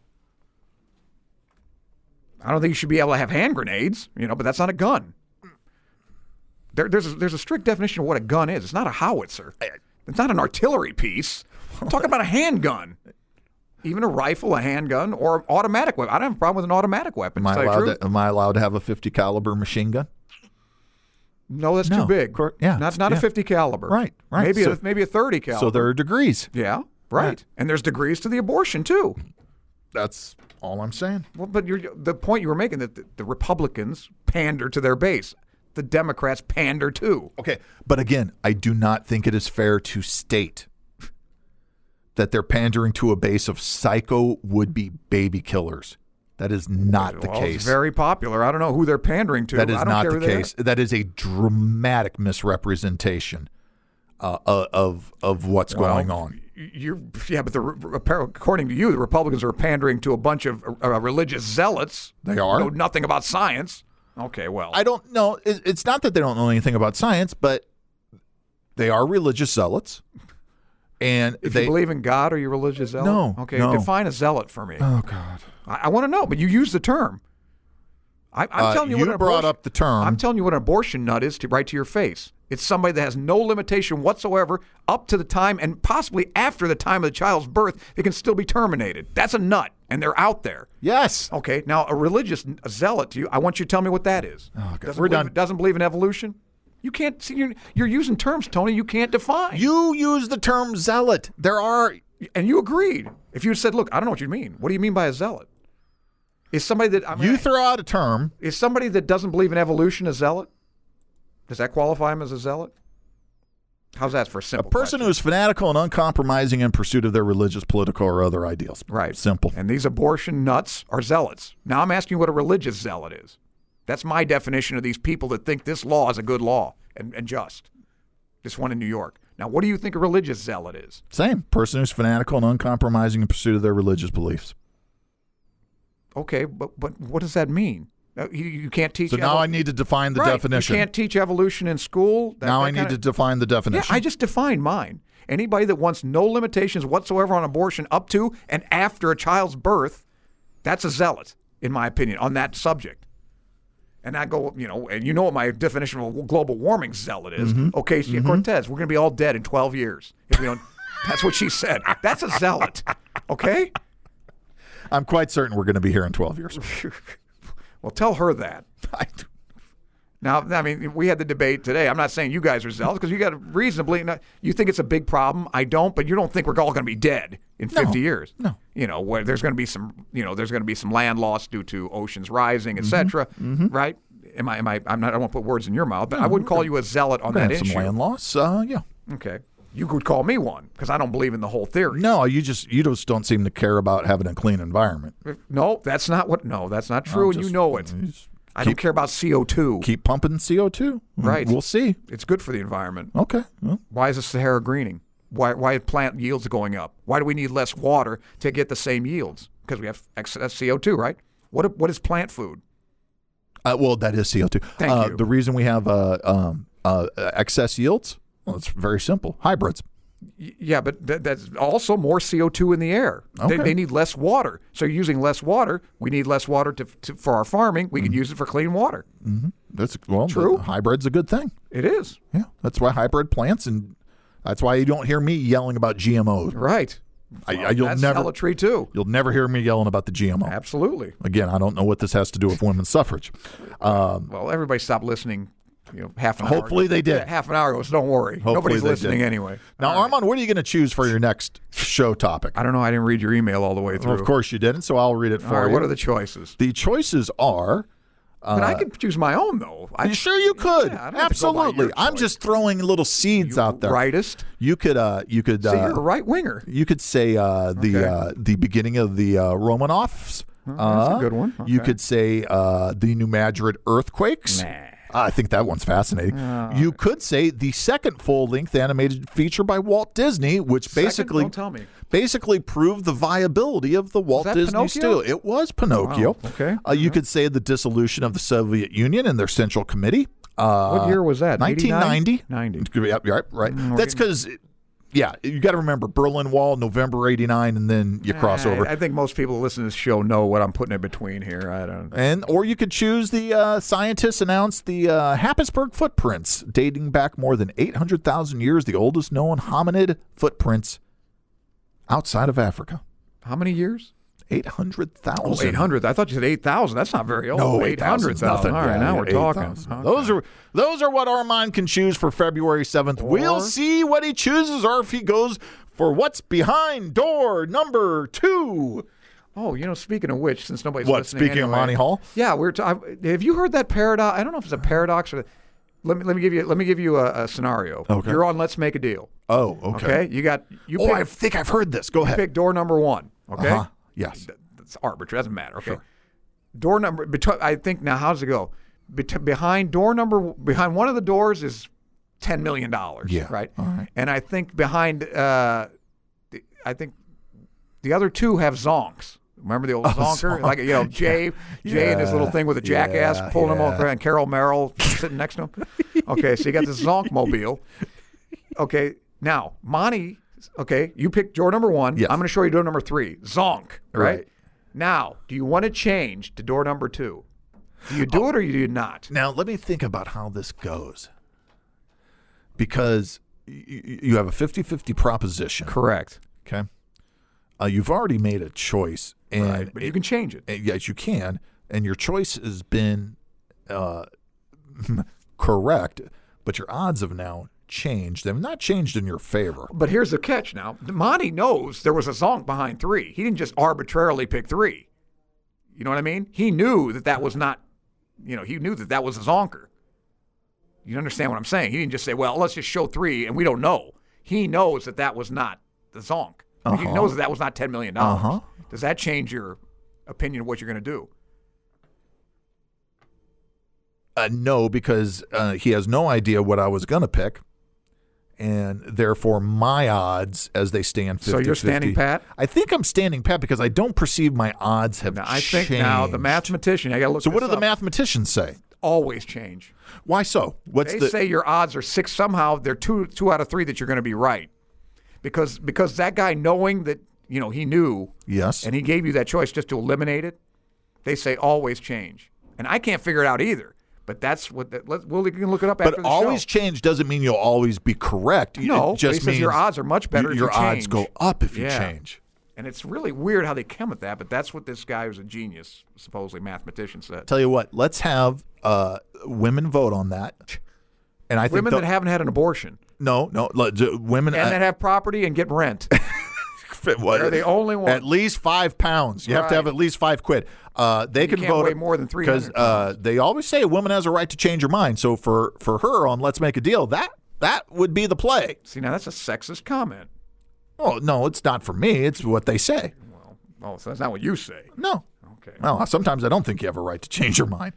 I don't think you should be able to have hand grenades, you know, but that's not a gun. There, there's a, there's a strict definition of what a gun is. It's not a howitzer. It's not an artillery piece. I'm talking about a handgun. Even a rifle, a handgun, or automatic weapon. I don't have a problem with an automatic weapon. Am to I tell you the allowed? truth. To, am I allowed to have a 50 caliber machine gun? No, that's No, too big. of course- yeah, not it's- not yeah. a fifty caliber. Right, right. Maybe So- a, maybe a thirty caliber. So there are degrees. yeah, right. Right. And there's degrees to the abortion too. That's all I'm saying. Well, but you're, the point you were making that the, the Republicans pander to their base, the Democrats pander too. Okay, but again, I do not think it is fair to state that they're pandering to a base of psycho would-be baby killers. That is not the Well, case. It's very popular. I don't know who they're pandering to. That is I don't not care the who they are. case. That is a dramatic misrepresentation uh, uh, of of what's going on. Y- You, yeah, but the, re- appar- according to you, the Republicans are pandering to a bunch of uh, religious zealots. They are. Know nothing about science. Okay, well, I don't know. It- It's not that they don't know anything about science, but they are religious zealots, and if they. you believe in God, are you a religious zealot? No, Okay, no. define a zealot for me. oh God! I, I want to know, but you use the term. I, I'm Uh, telling you, what an brought abortion, up the term. I'm telling you what an abortion nut is to right to your face. It's somebody that has no limitation whatsoever up to the time and possibly after the time of the child's birth, they can still be terminated. That's a nut, and they're out there. yes. Okay, now a religious n- a zealot to you, I want you to tell me what that is. Oh, God. Doesn't We're believe- done. Doesn't believe in evolution. You can't see. You're, you're using terms, Tony. You can't define. You use the term zealot. There are. and you agreed. If you said, "Look, I don't know what you mean. What do you mean by a zealot?" Is somebody that I mean, You throw out a term. Is somebody that doesn't believe in evolution a zealot? Does that qualify him as a zealot? How's that for a A simple person who question? is fanatical and uncompromising in pursuit of their religious, political, or other ideals. right Simple. And these abortion nuts are zealots. Now I'm asking you what a religious zealot is. That's my definition of these people that think this law is a good law and, and just. This one in New York. Now, what do you think a religious zealot is? Same. Person who's fanatical and uncompromising in pursuit of their religious beliefs. Okay, but but what does that mean? Uh, You, you can't teach. So now evol- I need to define the Right, definition. You can't teach evolution in school. That- now that I need kinda- to define the definition. Yeah, I just defined mine. Anybody that wants no limitations whatsoever on abortion up to and after a child's birth, that's a zealot, in my opinion, on that subject. And I go, you know, and you know what my definition of a global warming zealot is. Mm-hmm. Okay, Ocasio Cortez, we're going to be all dead in 12 years if we don't. that's what she said. That's a zealot. Okay. I'm quite certain we're going to be here in 12 years. Well, tell her that. I do- Now, I mean, we had the debate today. I'm not saying you guys are zealous because you got to reasonably. Not, you think it's a big problem. I don't, but you don't think we're all going to be dead in 50 years. no. You know, where there's going to be some, you know, there's going to be some land loss due to oceans rising, Mm-hmm. et cetera. Right? Am I? Am I? I'm not. I won't put words in your mouth, but I wouldn't call you a zealot on We're gonna that have some issue. land loss. Uh, yeah. Okay. You could call me one because I don't believe in the whole theory. No, you just you just don't seem to care about having a clean environment. No, that's not what. No, that's not true, and you Just- uh, know it. just I don't keep, care about CO2. keep pumping CO2. Right. We'll see. It's good for the environment. Okay. Well, Why is the Sahara greening? Why, why are plant yields going up? Why do we need less water to get the same yields? Because we have excess CO2, right? What, what is plant food? uh, well, that is CO2. Thank uh, you. The reason we have uh, um, uh, excess yields, well, it's very simple. Hybrids. Y- Yeah, but th- that's also more CO2 in the air. Okay. They, they need less water. So using less water, we need less water to, to, for our farming. We Mm-hmm. could use it for clean water. That's well, True. the Hybrid's a good thing. It is. Yeah, that's why hybrid plants, and that's why you don't hear me yelling about GMOs. Right. I, I, you'll that's never, hella tree too. you'll never hear me yelling about the GMO. Absolutely. Again, I don't know what this has to do with women's suffrage. Um, Well, everybody stopped listening. You know, half an hour. Hopefully they did. Half an hour ago. So don't worry. Hopefully Nobody's they listening did. anyway. now, Armand, what are you going to choose for your next show topic? I don't know. I didn't read your email all the way through. Well, of course you didn't, so I'll read it All for right. you. What are the choices? the choices are. but I could choose my own though. I, You sure you could? Yeah, I don't have to go by your Absolutely. I'm choice. just throwing little seeds out there. Rightist. You could. Uh, you could. See, uh, you're a right winger. You could say uh, the Okay. uh, the beginning of the uh, Romanovs. that's a Uh, good one. You Okay. could say uh, the New Madrid earthquakes. Nah. Uh, I think that one's fascinating. you could say the second full-length animated feature by Walt Disney, which basically don't tell me. basically proved the viability of the Walt that Disney Pinocchio? studio. It was Pinocchio. Wow, okay. Uh-huh. Uh, you could say the dissolution of the Soviet Union and their Central Committee. Uh, What year was that? 1990. 89? 90. Yep, right, right. That's because, yeah, you got to remember Berlin Wall, November 89, and then you cross over. I, I think most people who listen to this show know what I'm putting in between here. I don't. and or you could choose the uh, scientists announced the uh, Happisburg footprints dating back more than 800,000 years, the oldest known hominid footprints outside of Africa. How many years? 800,000. Oh, Eight hundred. I thought you said eight thousand. That's not very old. No, Oh, eight hundred 800,000. thousand. All right, Yeah, now yeah, we're talking. 8,000. Okay. Those are those are what Armand can choose for February 7th. we'll see what he chooses or if he goes for what's behind door number 2. Oh, you know, speaking of which, since nobody's What, listening speaking of anyway- Monty Hall? yeah, we're. T- I, have you heard that paradox? I don't know if it's a paradox or. Let me let me give you let me give you a, a scenario. Okay. You're on. Let's make a deal. Oh, Okay, you got you Oh, pick, I think I've heard this. Go ahead. pick door number one. Okay, Uh-huh. Yes. Th- that's arbitrary. Doesn't matter. Okay, door number. Betw- I think now. How's it go? Bet- behind door number behind one of the doors is ten million dollars. Yeah. Right. All right. And I think behind. Uh, the, I think the other two have zonks. Remember Oh, the old zonker, like you know Jay, Jay and his little thing with a jackass Yeah. pulling him Yeah. over, and Carol Merrill sitting next to him. Okay, so you got this zonk mobile. Okay, now Monty. Okay, you pick door number one. Yes. I'm going to show you door number three. Zonk. Right? Right. now, do you want to change to door number two? Do you Oh. do it or you do not? Now, let me think about how this goes. Because y- y- you have a 50 50 proposition. Correct. Okay. Uh, you've already made a choice. And Right, but you can change it. Uh, yes, you can, and your choice has been uh, correct, but your odds have now changed. They've not changed in your favor. But here's the catch. Now, Monty knows there was a zonk behind three. He didn't just arbitrarily pick three. You know what I mean? He knew that that was not. You know, he knew that that was a zonker. You understand what I'm saying? He didn't just say, "Well, let's just show three, and we don't know." He knows that that was not the zonk. He Uh-huh. knows that that was not ten million dollars. Uh-huh. Does that change your opinion of what you're going to do? Uh, no, because uh, he has no idea what I was going to pick, and therefore my odds as they stand. 50, So you're standing pat? I think I'm standing pat because I don't perceive my odds have Now, I think now the changed. mathematician. I got to look. So what do this the up, mathematicians say? always change? Why so? What's they the say your odds are six somehow they're two two out of three that you're going to be right because because that guy knowing that you know he knew yes? and he gave you that choice just to eliminate it they say always change and i can't figure it out either but that's what that, let, well you can look it up after But the always show. change doesn't mean you'll always be correct. It no just but he says your means- odds are much better Y- if your you odds change. go up if you Yeah. change. and it's really weird how they came at that but that's what this guy who's a genius supposedly mathematician said Tell you what, let's have uh, women vote on that. And I think women they'll- that haven't had an abortion no, no, let- d- women and uh, that have property and get rent what- they're the only ones. At least five pounds. You have to Right. have at least five quid. Uh, they can can't vote weigh more than because 300 uh, they always say a woman has a right to change her mind. So for for her on Let's Make a Deal, that that would be the play. see now that's a sexist comment Oh no, it's not for me. It's what they say. well oh so that's not what you say No, okay Well, sometimes I don't think you have a right to change your mind.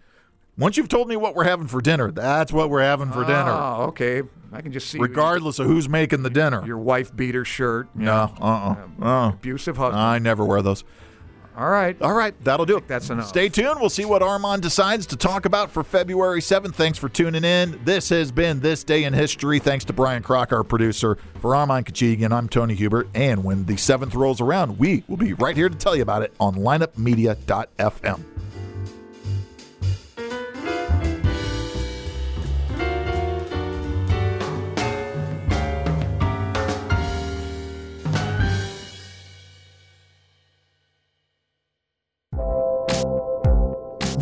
Once you've told me what we're having for dinner, that's what we're having for dinner, Oh, okay. I can just see regardless of who's making the dinner. your wife beater shirt. you No, know, uh, uh abusive husband. I never wear those. All right. All right, that'll do it. that's enough. Stay tuned. We'll see what Armand decides to talk about for February 7th. Thanks for tuning in. This has been This Day in History. Thanks to Brian Crock, our producer. For Armand Kachigian, I'm Tony Hubert. And when the 7th rolls around, we will be right here to tell you about it on lineupmedia.fm.